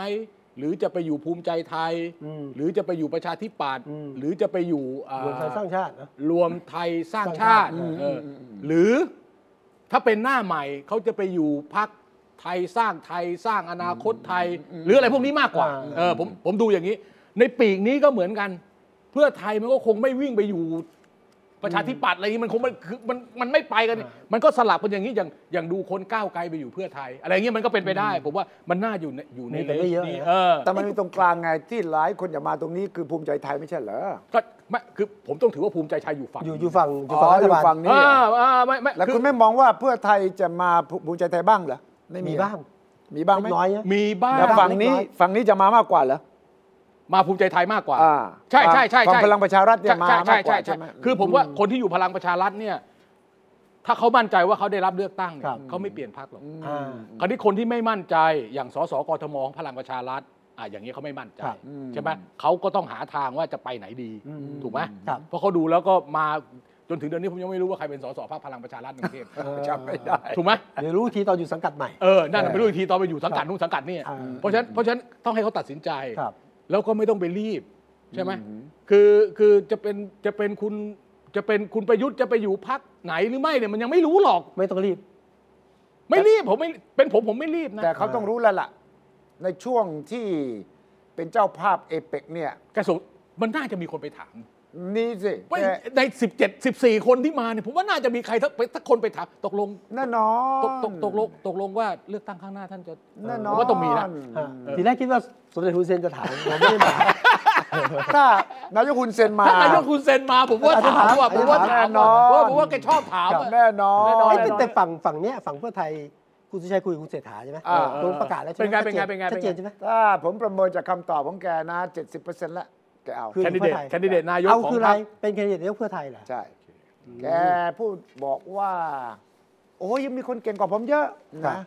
[SPEAKER 2] หรือจะไปอยู่ภูมิใจไทย
[SPEAKER 1] อืม
[SPEAKER 2] หรือจะไปอยู่ประชาธิปัตย์
[SPEAKER 1] อืม
[SPEAKER 2] หรือจะไปอยู่อ่าร
[SPEAKER 1] วมไทยสร้างชาตินะ
[SPEAKER 2] รวมไทยสร้างชาติ
[SPEAKER 1] สร้างชาติ
[SPEAKER 2] เอออหรือถ้าเป็นหน้าใหม่เขาจะไปอยู่พักไทยสร้างไทยสร้างอนาคตไทย หรืออะไรพวกนี้มากกว่าเออผมผมดูอย่างนี้ ในปีกนี้ก็เหมือนกัน เพื่อไทยมันก็คงไม่วิ่งไปอยู่ ประชาธิปัตย์อะไรอย่างนี้มันคงมันคือมันมันไม่ไปกัน มันก็สลับกันอย่างนี้อย่างอย่างดูคนก้าวไกลไปอยู่เพื่อไทย อะไรอย่างนี้มันก็เป็นไปได้ ผมว่ามันน่าอยู่ในอยู่ใน
[SPEAKER 1] มีแต่ไม่เยอะ
[SPEAKER 2] นี้
[SPEAKER 1] นะ
[SPEAKER 2] เออ
[SPEAKER 3] แต่มันมีตรงกลางไงที่หลายคนอย่ามาตรงนี้คือภูมิใจไทยไม่ใช่เหรอ
[SPEAKER 2] ก็ไม่คือผมต้องถือว่าภูมิใจไทยอยู่ฝั่ง
[SPEAKER 1] อยู่อยู่ฝั่งอ
[SPEAKER 3] อ๋
[SPEAKER 1] ยู่ฝั่งรัฐ
[SPEAKER 3] ออยู่
[SPEAKER 1] บาล
[SPEAKER 3] ฝั่งนี้
[SPEAKER 2] อ่า
[SPEAKER 3] เหรอ
[SPEAKER 2] อ่าไม่ไม่
[SPEAKER 3] แล้ว
[SPEAKER 2] คือ
[SPEAKER 3] คุณไม่มองว่าเพื่อไทยจะมาภูมิใจไทยบ้างเหรอไม่
[SPEAKER 1] มี
[SPEAKER 3] มีเหรอ
[SPEAKER 1] บ้าง
[SPEAKER 3] มีบ้างไหม
[SPEAKER 1] เล็กน้อยนะ
[SPEAKER 2] มีบ้าง
[SPEAKER 3] แต่ฝั่งนี้
[SPEAKER 1] เล็กน้อย
[SPEAKER 3] ฝั่งนี้จะมามากกว่าเหรอ
[SPEAKER 2] มาภูมิใจไทยมากกว่า
[SPEAKER 3] อ่า
[SPEAKER 2] ใช่ใช่ใช่
[SPEAKER 3] ฝั่ง
[SPEAKER 2] ใช่
[SPEAKER 3] พลังประชารัฐเนี่ย
[SPEAKER 2] ใช่
[SPEAKER 3] มา
[SPEAKER 2] ใช่
[SPEAKER 3] มากกว่า
[SPEAKER 2] ใช่
[SPEAKER 3] ใช่ไหม
[SPEAKER 2] คือผมว่าคนที่อยู่พลังประชารัฐเนี่ย ถ้าเขามั่นใจว่าเขาได้รับเลือกตั้งเนี่
[SPEAKER 1] ครั
[SPEAKER 2] ย
[SPEAKER 1] บ
[SPEAKER 2] เขาไม่เปลี่ยนพรรคหรอก
[SPEAKER 1] อ่า
[SPEAKER 2] คราวนี้คนที่ไม่มั่นใจอย่างสสกทมของพลังประชารัฐอ่ะอย่างนี้ยเขาไม่มั่นใจ
[SPEAKER 1] ครับ
[SPEAKER 2] ใช่ไหมเขาก็ต้องหาทางว่าจะไปไหนดี ถูกไหม
[SPEAKER 1] ครับ
[SPEAKER 2] เพราะเขาดูแล้วก็มาจนถึงเดือนนี้ผมยังไม่รู้ว่าใครเป็นสสพรรคพลังประชารัฐในกรุงเทพ
[SPEAKER 3] จำไม่ได้
[SPEAKER 2] ถูกไหม
[SPEAKER 1] เดี๋ยวรู้ทีตอนอยู่สังกัดใหม่
[SPEAKER 2] เออ นั่นน่ะไม่รู้อีกทีตอนไปอยู่สังกัดนู่นสังกัดนี่
[SPEAKER 1] อ่า
[SPEAKER 2] เพราะฉะนั้น เพราะฉะนั้นต้องให้เขาตัดสินใจ
[SPEAKER 1] ครับ
[SPEAKER 2] แล้วก็ไม่ต้องไปรีบ ใช่ไหม คือ คือจะเป็น จะเป็นคุณ จะเป็นคุณประยุทธ์จะไปอยู่พักไหนหรือไม่เนี่ยมันยังไม่รู้หรอก
[SPEAKER 1] ไม่ต้องรีบ
[SPEAKER 2] ไม่รีบผมไม่ เป็นผมผมไม่รีบนะ
[SPEAKER 3] แต่เขาต้องรู้แล้วล่ะ ในช่วงที่เป็นเจ้าภาพเอเปกเนี่ย
[SPEAKER 2] กระทรวงมันน่าจะมีคนไปถาม
[SPEAKER 3] นี่สิ
[SPEAKER 2] ว่า
[SPEAKER 3] แต่
[SPEAKER 2] ใน 17 14 คนที่มาเนี่ยผมว่าน่าจะมีใครทักทักคนไปถามตกลง
[SPEAKER 3] แน่นอน
[SPEAKER 2] ตกตกตกลง ตกลงว่าเลือกตั้งข้างหน้าท่านจะ
[SPEAKER 3] แน่น
[SPEAKER 2] ผ
[SPEAKER 3] อน
[SPEAKER 2] มว่าต้องมีนะ
[SPEAKER 1] อ่าทีแรกคิดว่าสมเด็จฮุนเซนจะ ถามผมไม่ได้ถาม
[SPEAKER 3] ถ้านายกคุณเซ็นมา
[SPEAKER 2] ถ้านายกคุณเซ็นมาผมว่าถามว่าผมว่าถาม
[SPEAKER 3] แน่นอน
[SPEAKER 2] ว่าผมว่าแกชอบถามอะ
[SPEAKER 3] แน่นอน
[SPEAKER 2] แน่นอน
[SPEAKER 1] เอ้ยแต่แต่ฝั่งฝั่งเนี้ยฝั่งเพื่อไทยคุณสุชัยคุยกับคุณเศรษฐาใช่ไหม
[SPEAKER 3] อ่า
[SPEAKER 1] ลงประกาศแล้วใช่ไหม
[SPEAKER 2] เป็นไงเป็นไงเป็นไง
[SPEAKER 1] ชัดเจนใช่ไหม
[SPEAKER 3] ถ้าผมประเมินจากคำตอบของแกนะ 70%แล้วแกเอา
[SPEAKER 1] คือ
[SPEAKER 2] แคนดิเดตแคนดิเดตนายก
[SPEAKER 1] เอา
[SPEAKER 2] ขอ
[SPEAKER 1] คือ
[SPEAKER 2] ง
[SPEAKER 1] อะไร
[SPEAKER 2] พรรค
[SPEAKER 1] เป็นแคนดิเดตนายกเพื่อไทยเหรอ
[SPEAKER 3] ใช่ แกพูดบอกว่า โอ้ยยังมีคนเก่งกว่าผมเยอะ
[SPEAKER 1] ครั
[SPEAKER 3] นะ
[SPEAKER 1] บ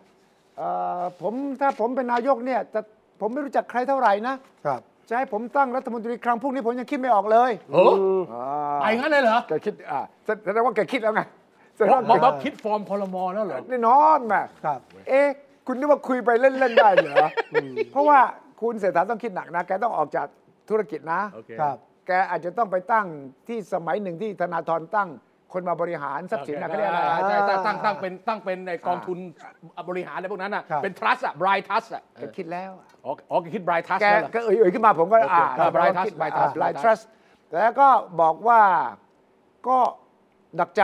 [SPEAKER 3] เอ่อผมถ้าผมเป็นนายกเนี่ยจะผมไม่รู้จักใครเท่าไหร่นะ
[SPEAKER 1] ครับ
[SPEAKER 3] จะให้ผมตั้งรัฐมนตรีครั้งพวกนี้ผมยังคิดไม่ออกเลย
[SPEAKER 2] โอ้
[SPEAKER 3] อ่า
[SPEAKER 2] ไปงั้นเลยเหรอ
[SPEAKER 3] แกคิดอ่าแสแสดงว่าแกคิดแล้วไงแสดง
[SPEAKER 2] บอบ
[SPEAKER 3] ว่าก แก
[SPEAKER 2] อกว่าคิดฟอร์มคอรมอแล้วเหรอ
[SPEAKER 3] แน่นอนแม่
[SPEAKER 1] ครับ
[SPEAKER 3] เอ๊ะ คุณนึกว่าคุยไปเล่น ๆ ได้เหรออเพราะว่าคุณเศรษฐาต้องคิดหนักนะ แกต้องออกจากธุรกิจนะ
[SPEAKER 2] โอเค
[SPEAKER 1] ครับ
[SPEAKER 3] แกอาจจะต้องไปตั้งที่สมัยหนึ่งที่ธนาธรตั้งคนมาบริหารทรัพย์สินนะเขาเรียกอะไร
[SPEAKER 2] อ่า
[SPEAKER 3] นะ
[SPEAKER 2] ใช่ตั้งตั้งตั้งเป็นตั้งเป็นในกองทุนบริหารอะไรพวกนั้นอ่ะเป็นทรัสอ่ะบรายทัสอ่ะ
[SPEAKER 3] แกคิดแล้ว
[SPEAKER 2] อ๋ออ๋อคิดบรายทัส
[SPEAKER 3] แก
[SPEAKER 2] แล้วเหรอ
[SPEAKER 3] ก็เอ่ยๆขึ้นมาผมก็อ่า
[SPEAKER 2] โอเคครับ Blind Trust
[SPEAKER 3] บลาย
[SPEAKER 2] Blind
[SPEAKER 3] ทัส
[SPEAKER 2] Trust
[SPEAKER 3] บลายทัสแล้วก็บอกว่าก็ดักใจ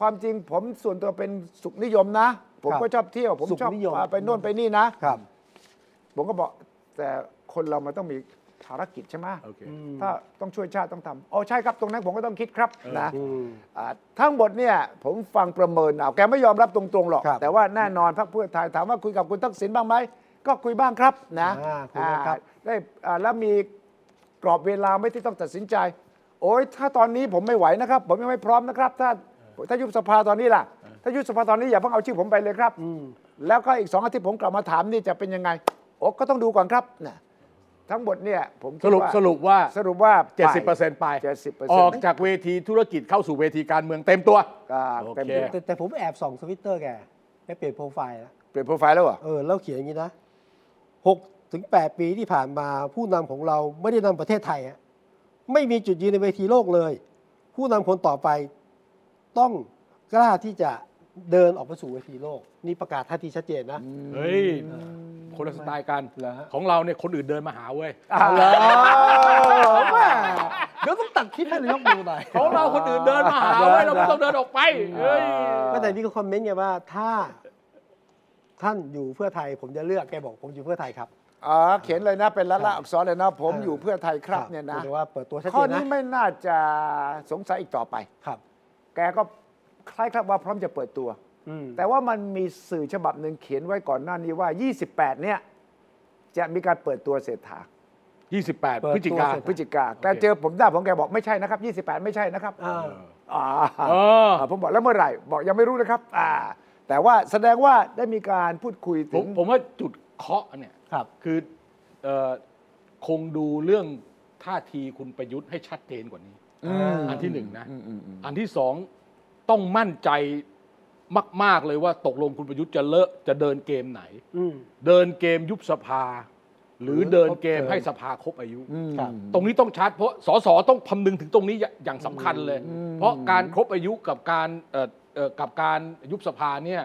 [SPEAKER 3] ความจริงผมส่วนตัวเป็นสุขนิยมนะ ผมก็ชอบเที่ยว ผม
[SPEAKER 1] สุข
[SPEAKER 3] ชอบ
[SPEAKER 1] นิยม
[SPEAKER 3] ไปโน่นไปนี่นะครับ ผมก็บอกแต่คนเรามันต้องมีภารกิจใช่ไหม
[SPEAKER 2] โอเค
[SPEAKER 3] ถ้าต้องช่วยชาติต้องทำอ๋อใช่ครับตรงนั้นผมก็ต้องคิดครับนะอ่าทั้งหมดเนี่ยผมฟังประเมินเอาแกไม่ยอมรับตรงๆหรอก
[SPEAKER 1] ครับ
[SPEAKER 3] แต่ว่าแน่นอนพรรคเพื่อไทยถามว่าคุยกับคุณทักษิณบ้างไหมก็คุยบ้างครับนะ นะ
[SPEAKER 1] อ่าคุยกันครับ
[SPEAKER 3] อ่าได้อ่าแล้วมีกรอบเวลาไหม่ที่ต้องตัดสินใจ โอ้ยถ้าตอนนี้ผมไม่ไหวนะครับ ผมยังไม่พร้อมนะครับ ถ้าถ้ายุบสภาตอนนี้ล่ะ ถ้ายุบสภาตอนนี้อย่าเพิ่งเอาชื่อผมไปเลยครับแล้วก็อีกสองอาทิตย์ผมกลับมาถามนี่จะเป็นยังไงโอ้ก็ต้องดูก่อนครับนะทั้งหมดเนี่ยผมคิ
[SPEAKER 2] ส
[SPEAKER 3] ด
[SPEAKER 2] รุป
[SPEAKER 3] ว่า
[SPEAKER 2] สรุปว่า
[SPEAKER 3] สรุปว่า
[SPEAKER 2] เจ็ดสิบเปอร์เซ็นต์ไป
[SPEAKER 3] เจ็ดสิบเปอร์
[SPEAKER 2] อ
[SPEAKER 3] เซ็น
[SPEAKER 2] อก
[SPEAKER 3] ต์
[SPEAKER 2] จากเวทีธุรกิจเข้าสู่เวทีการเมืองเต็มตัว
[SPEAKER 3] เต็ม
[SPEAKER 2] โอเค
[SPEAKER 3] ที่
[SPEAKER 1] แต่แต่ผมแอบส่องสวิตเตอร์แกแกเปลี่ยนโปรไฟล์แล้ว
[SPEAKER 3] เปลี่ยนโปรไฟล์แล้วเหรอ
[SPEAKER 1] เออแล้วเขียนอย่างนี้นะหกถึงแปดปีที่ผ่านมาผู้นำของเราไม่ได้นำประเทศไทยอะไม่มีจุดยืนในเวทีโลกเลย ผู้นำคนต่อไปต้องกล้าที่จะเดินออกไปสู่เวทีโลก นี่ประกาศท่าทีชัดเจนนะ
[SPEAKER 2] เฮ้ย คนละสไตล์กัน ของเราเนี่ยคนอื่นเดินมาหาเว้ย
[SPEAKER 3] เอาละ
[SPEAKER 1] เดี๋ยวต้องตัดคลิปให้นายกดูหน่อย
[SPEAKER 2] ของเราคนอื่นเดินมาหาเว้ย เราไม่ต้องเดินออกไปเฮ้ย
[SPEAKER 1] ก็แต่นี่ก็คอมเมนต์ไงว่าถ้าท่านอยู่เพื่อไทย ผมจะเลือกแกบอกผมอยู่เพื่อไทยครับ
[SPEAKER 3] อ๋อเขียนเลยนะเป็นละละอักษรเลยนะ ผมอยู่เพื่อไทยครับเนี่ยนะ
[SPEAKER 1] ถือว่าเปิดตัวชัด
[SPEAKER 3] ข้
[SPEAKER 1] เจ
[SPEAKER 3] อน นี้
[SPEAKER 1] นะ
[SPEAKER 3] ไม่น่าจะสงสัยอีกต่อไป
[SPEAKER 1] ครับ
[SPEAKER 3] แกก็คล้ายครับว่าพร้อมจะเปิดตัว
[SPEAKER 1] อืม
[SPEAKER 3] แต่ว่ามันมีสื่อฉบับหนึ่งเขียนไว้ก่อนหน้านี้ว่า 28 เนี่ย จะมีการเปิดตัวเศรษฐา
[SPEAKER 2] 28 พฤศจิกา
[SPEAKER 3] พฤศจิกา แต่
[SPEAKER 2] โอเค
[SPEAKER 3] เจอผมได้ผมแกบอกไม่ใช่นะครับ 28 ไม่ใช่นะครับ
[SPEAKER 1] อ่า
[SPEAKER 3] อ่า
[SPEAKER 2] เออ
[SPEAKER 3] อ่าผมบอกแล้วเมื่อไหร่ บอกยังไม่รู้นะครับ อ่า แต่ว่าแสดงว่าได้มีการพูดคุย
[SPEAKER 2] ผ
[SPEAKER 3] ถึ
[SPEAKER 2] ม
[SPEAKER 3] ง
[SPEAKER 2] ผมว่าจุดเคาะเนี่ย
[SPEAKER 1] ครับ
[SPEAKER 2] คือเอ่อคงดูเรื่องท่าทีคุณประยุทธ์ให้ชัดเจนกว่านี้ อันที่หนึ่งนะ อันที่สองต้องมั่นใจมาก ๆ เลยว่าตกลงคุณประยุทธ์จะเลอะจะเดินเกมไหน
[SPEAKER 1] อืม
[SPEAKER 2] เดินเกมยุบสภา หรือเดินเกมให้สภาครบอายุ
[SPEAKER 1] ครับ
[SPEAKER 2] ตรงนี้ต้องชัดเพราะสสต้องคำนึงถึงตรงนี้อย่าอย่างสำคัญเลย เพราะการครบอายุกับการเอ่อเอ่อกับการยุบสภาเนี่ย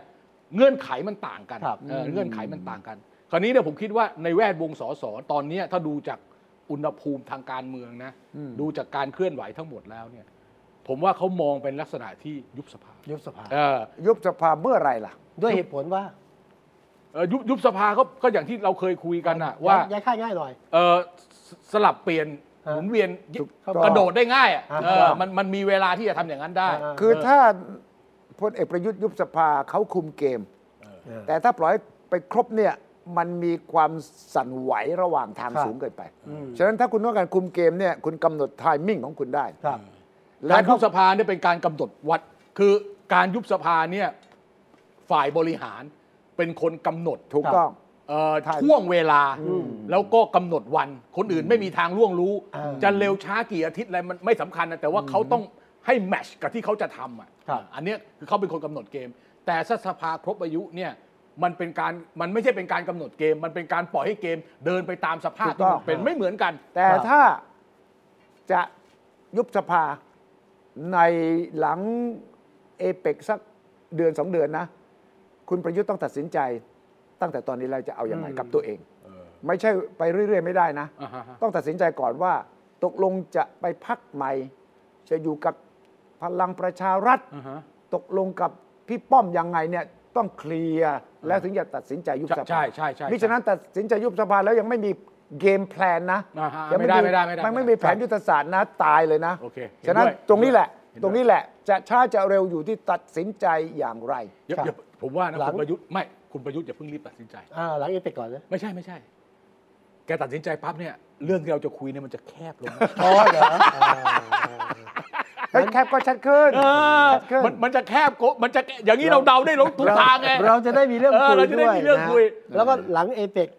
[SPEAKER 2] เงื่อนไขมันต่างกัน
[SPEAKER 1] ครับ
[SPEAKER 2] เอ่อเงื่อนไขมันต่างกัน คราวนี้เนี่ยผมคิดว่าในแวดวงสสตอนเนี้ยถ้าดูจากอุณหภูมิทางการเมืองนะดูจากการเคลื่อนไหวทั้งหมดแล้วเนี่ยผมว่าเขามองเป็นลักษณะที่ยุบสภา
[SPEAKER 1] ยุบสภา
[SPEAKER 2] เออ
[SPEAKER 3] ยุบสภาเมื่อไหร่ล่ะ
[SPEAKER 1] ด้วยเหตุผลว่า
[SPEAKER 2] เอ่อยุบยุบสภาก็ก็อย่างที่เราเคยคุยกันอะว่า
[SPEAKER 1] ย้ายค่ายง่ายหน่อย
[SPEAKER 2] เอ่อสสลับเปลี่ยนหมุนเวียน
[SPEAKER 3] ถูกต้อง
[SPEAKER 2] กระโดดได้ง่ายอะ
[SPEAKER 1] อ่า
[SPEAKER 2] เออ
[SPEAKER 1] ครับ
[SPEAKER 2] มันมันมีเวลาที่จะทำอย่างนั้นได้
[SPEAKER 1] อ่า
[SPEAKER 3] คือถ้าพลเอกประยุทธ์ยุบสภาเขาคุมเกม แต่ถ้าปล่อยไปครบเนี่ยมันมีความสั่นไหวระหว่างทาง
[SPEAKER 1] ครับ
[SPEAKER 3] สูงเกินไป ฉะนั้นถ้าคุณต้องการคุมเกมเนี่ยคุณกำหนดไทมิ่งของคุณได้
[SPEAKER 1] ครับ
[SPEAKER 3] แล้ว
[SPEAKER 2] การยุบสภาเนี่ยเป็นการกำหนดวัด คือการยุบสภาเนี่ยฝ่ายบริหารเป็นคนกำหนด
[SPEAKER 3] ถูกต้อง
[SPEAKER 2] เอ่อ
[SPEAKER 3] ใช่
[SPEAKER 2] ช่วงเวลา แล้วก็กำหนดวัน คนอื่นไม่มีทางล่วงรู้
[SPEAKER 1] อ่า
[SPEAKER 2] จะเร็วช้ากี่อาทิตย์อะไรมันไม่สำคัญนะแต่ว่าเขาต้องให้แมทชกับที่เขาจะทำอ่ะ
[SPEAKER 1] ครับ
[SPEAKER 2] อันเนี้ยคือเขาเป็นคนกำหนดเกม แต่ถ้าสภาครบอายุเนี่ยมันเป็นการมันไม่ใช่เป็นการกำหนดเกม มันเป็นการปล่อยให้เกม เดินไปตามสภาพ
[SPEAKER 3] ถูกต้อง
[SPEAKER 2] ที่มันเป็นไม่เหมือนกัน
[SPEAKER 3] แต่ถ้าจะยุบสภาในหลังเอเปกสักเดือนสองเดือนนะ คุณประยุทธ์ต้องตัดสินใจ ตั้งแต่ตอนนี้เราจะเอาอย่างไรกับตัวเอง ไม่ใช่ไปเรื่อย ๆ ไม่ได้นะ
[SPEAKER 2] อ่าฮะ
[SPEAKER 3] ต้องตัดสินใจก่อนว่า ตกลงจะไปพักใหม่ จะอยู่กับพลังประชารัฐ
[SPEAKER 2] อ่าฮะ
[SPEAKER 3] ตกลงกับพี่ป้อมยังไงเนี่ยต้องเคลียร์แล้วถึงจะตัดสินใจยุบสภา
[SPEAKER 2] ใช่ใช่ใช่ใช่
[SPEAKER 3] มิฉะนั้นตัดสินใจยุบสภาแล้วยังไม่มีเกมแพลนนะ
[SPEAKER 2] อ่าฮะ
[SPEAKER 3] ยั
[SPEAKER 2] ไม่ได้ไม่ได้ไม่ได้
[SPEAKER 3] นไม่มีแผนยุทธศาสตร์นะตายเลยนะ
[SPEAKER 2] โอเคเห็นด้วย
[SPEAKER 3] ฉะนั้นตรงนี้แหละ
[SPEAKER 2] เห็นด้วย
[SPEAKER 3] ตรงนี้แหละจะช้าจะเร็วอยู่ที่ตัดสินใจอย่างไร
[SPEAKER 2] อย่าอย่าผมว่านะคุณประยุทธ์ไม่คุณประยุทธ์อย่าเพิ่งรีบตัดสินใจ
[SPEAKER 1] อ่าหลังเอเปกก่อนนะ
[SPEAKER 2] ไม่ใช่ไม่ใช่ แกตัดสินใจปั๊บเนี่ย เรื่องที่เราจะคุยเนี่ยมันจะแคบล งนะ
[SPEAKER 1] อ๋อเหรอ
[SPEAKER 3] เฮ้ยแคบก็ชัดขึ้น
[SPEAKER 2] เออ
[SPEAKER 3] ชัดขึ้น
[SPEAKER 2] มันมันจะแคบโกะมันจะแกะอย่างนี้เราเดาได้ลงทุกทางไง
[SPEAKER 1] เราจะได้มีเรื่อง
[SPEAKER 2] เออ
[SPEAKER 1] คุย
[SPEAKER 2] เราจะได้
[SPEAKER 1] ด้วย
[SPEAKER 2] มีเรื่อง
[SPEAKER 1] นะ
[SPEAKER 2] คุย
[SPEAKER 1] แล้วก็หลังเอเปก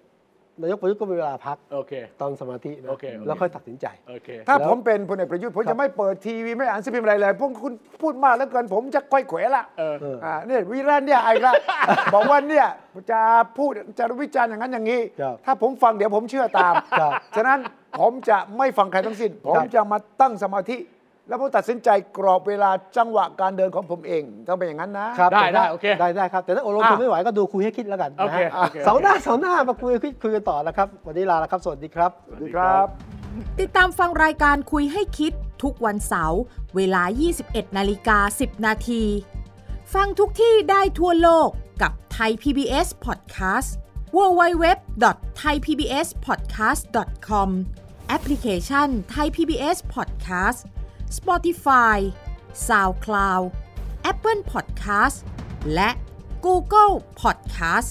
[SPEAKER 1] นายกประยุทธ์ก็มีเวลาพัก
[SPEAKER 2] โอเค
[SPEAKER 1] ตอนสมาธินะ
[SPEAKER 2] โอเคโอเค
[SPEAKER 1] แล้วค่อยตัดสินใจ
[SPEAKER 2] โอเค
[SPEAKER 3] ถ้า
[SPEAKER 1] แล้ว
[SPEAKER 3] ผมเป็นพลเอกประยุทธ์ผม
[SPEAKER 1] ครับ
[SPEAKER 3] จะไม่เปิดทีวีไม่อ่านสงพิมพ์อะไรเลยพวกคุณพูดมากแล้วเกินผมจะค่อยเขวละ
[SPEAKER 2] เออ
[SPEAKER 3] อ่าเนี่ยวิรันเนี่ยไอ้ละ บอกว่าเนี่ยจะพูดจะวิจารณ์อย่างนั้นอย่างนี้
[SPEAKER 1] ครับ
[SPEAKER 3] ถ้าผมฟังเดี๋ยวผมเชื่อตาม
[SPEAKER 1] ครับ
[SPEAKER 3] ฉะนั้นผมจะไม่ฟังใครทั้งสิ้น ผมจะมาตั้งสมาธิ แล้วผมตัดสินใจกรอบเวลาจังหวะการเดินของผมเองต้องเป็นอย่างนั้นนะ
[SPEAKER 1] ครับ
[SPEAKER 2] ได้
[SPEAKER 1] แต่ถ้า
[SPEAKER 2] ได้โอเค
[SPEAKER 1] ได้ได้ครับ แต่ถ้าโอลงทุน
[SPEAKER 3] อ่ะ
[SPEAKER 1] ไม่ไหวก็ดูคุยให้คิดแล้วกัน
[SPEAKER 2] โอ
[SPEAKER 1] นะ
[SPEAKER 2] เค
[SPEAKER 1] ฮะ
[SPEAKER 2] โอเค
[SPEAKER 1] เสาร์หน้าเสาร์หน้ามาคุยคุยคุยกันต่อนะครับ วันนี้ลาแล้วครับ สวัสดีครับ
[SPEAKER 3] สวัสดีครับ
[SPEAKER 7] ติดตามฟังรายการคุยให้คิดทุกวันเสาร์เวลา 21 นาฬิกา 10 นาที ฟังทุกที่ได้ทั่วโลกกับไทย PBS Podcast www.thaipbspodcast.com แอปพลิเคชัน Thai PBS Podcast Spotify SoundCloud Apple Podcast และ Google Podcast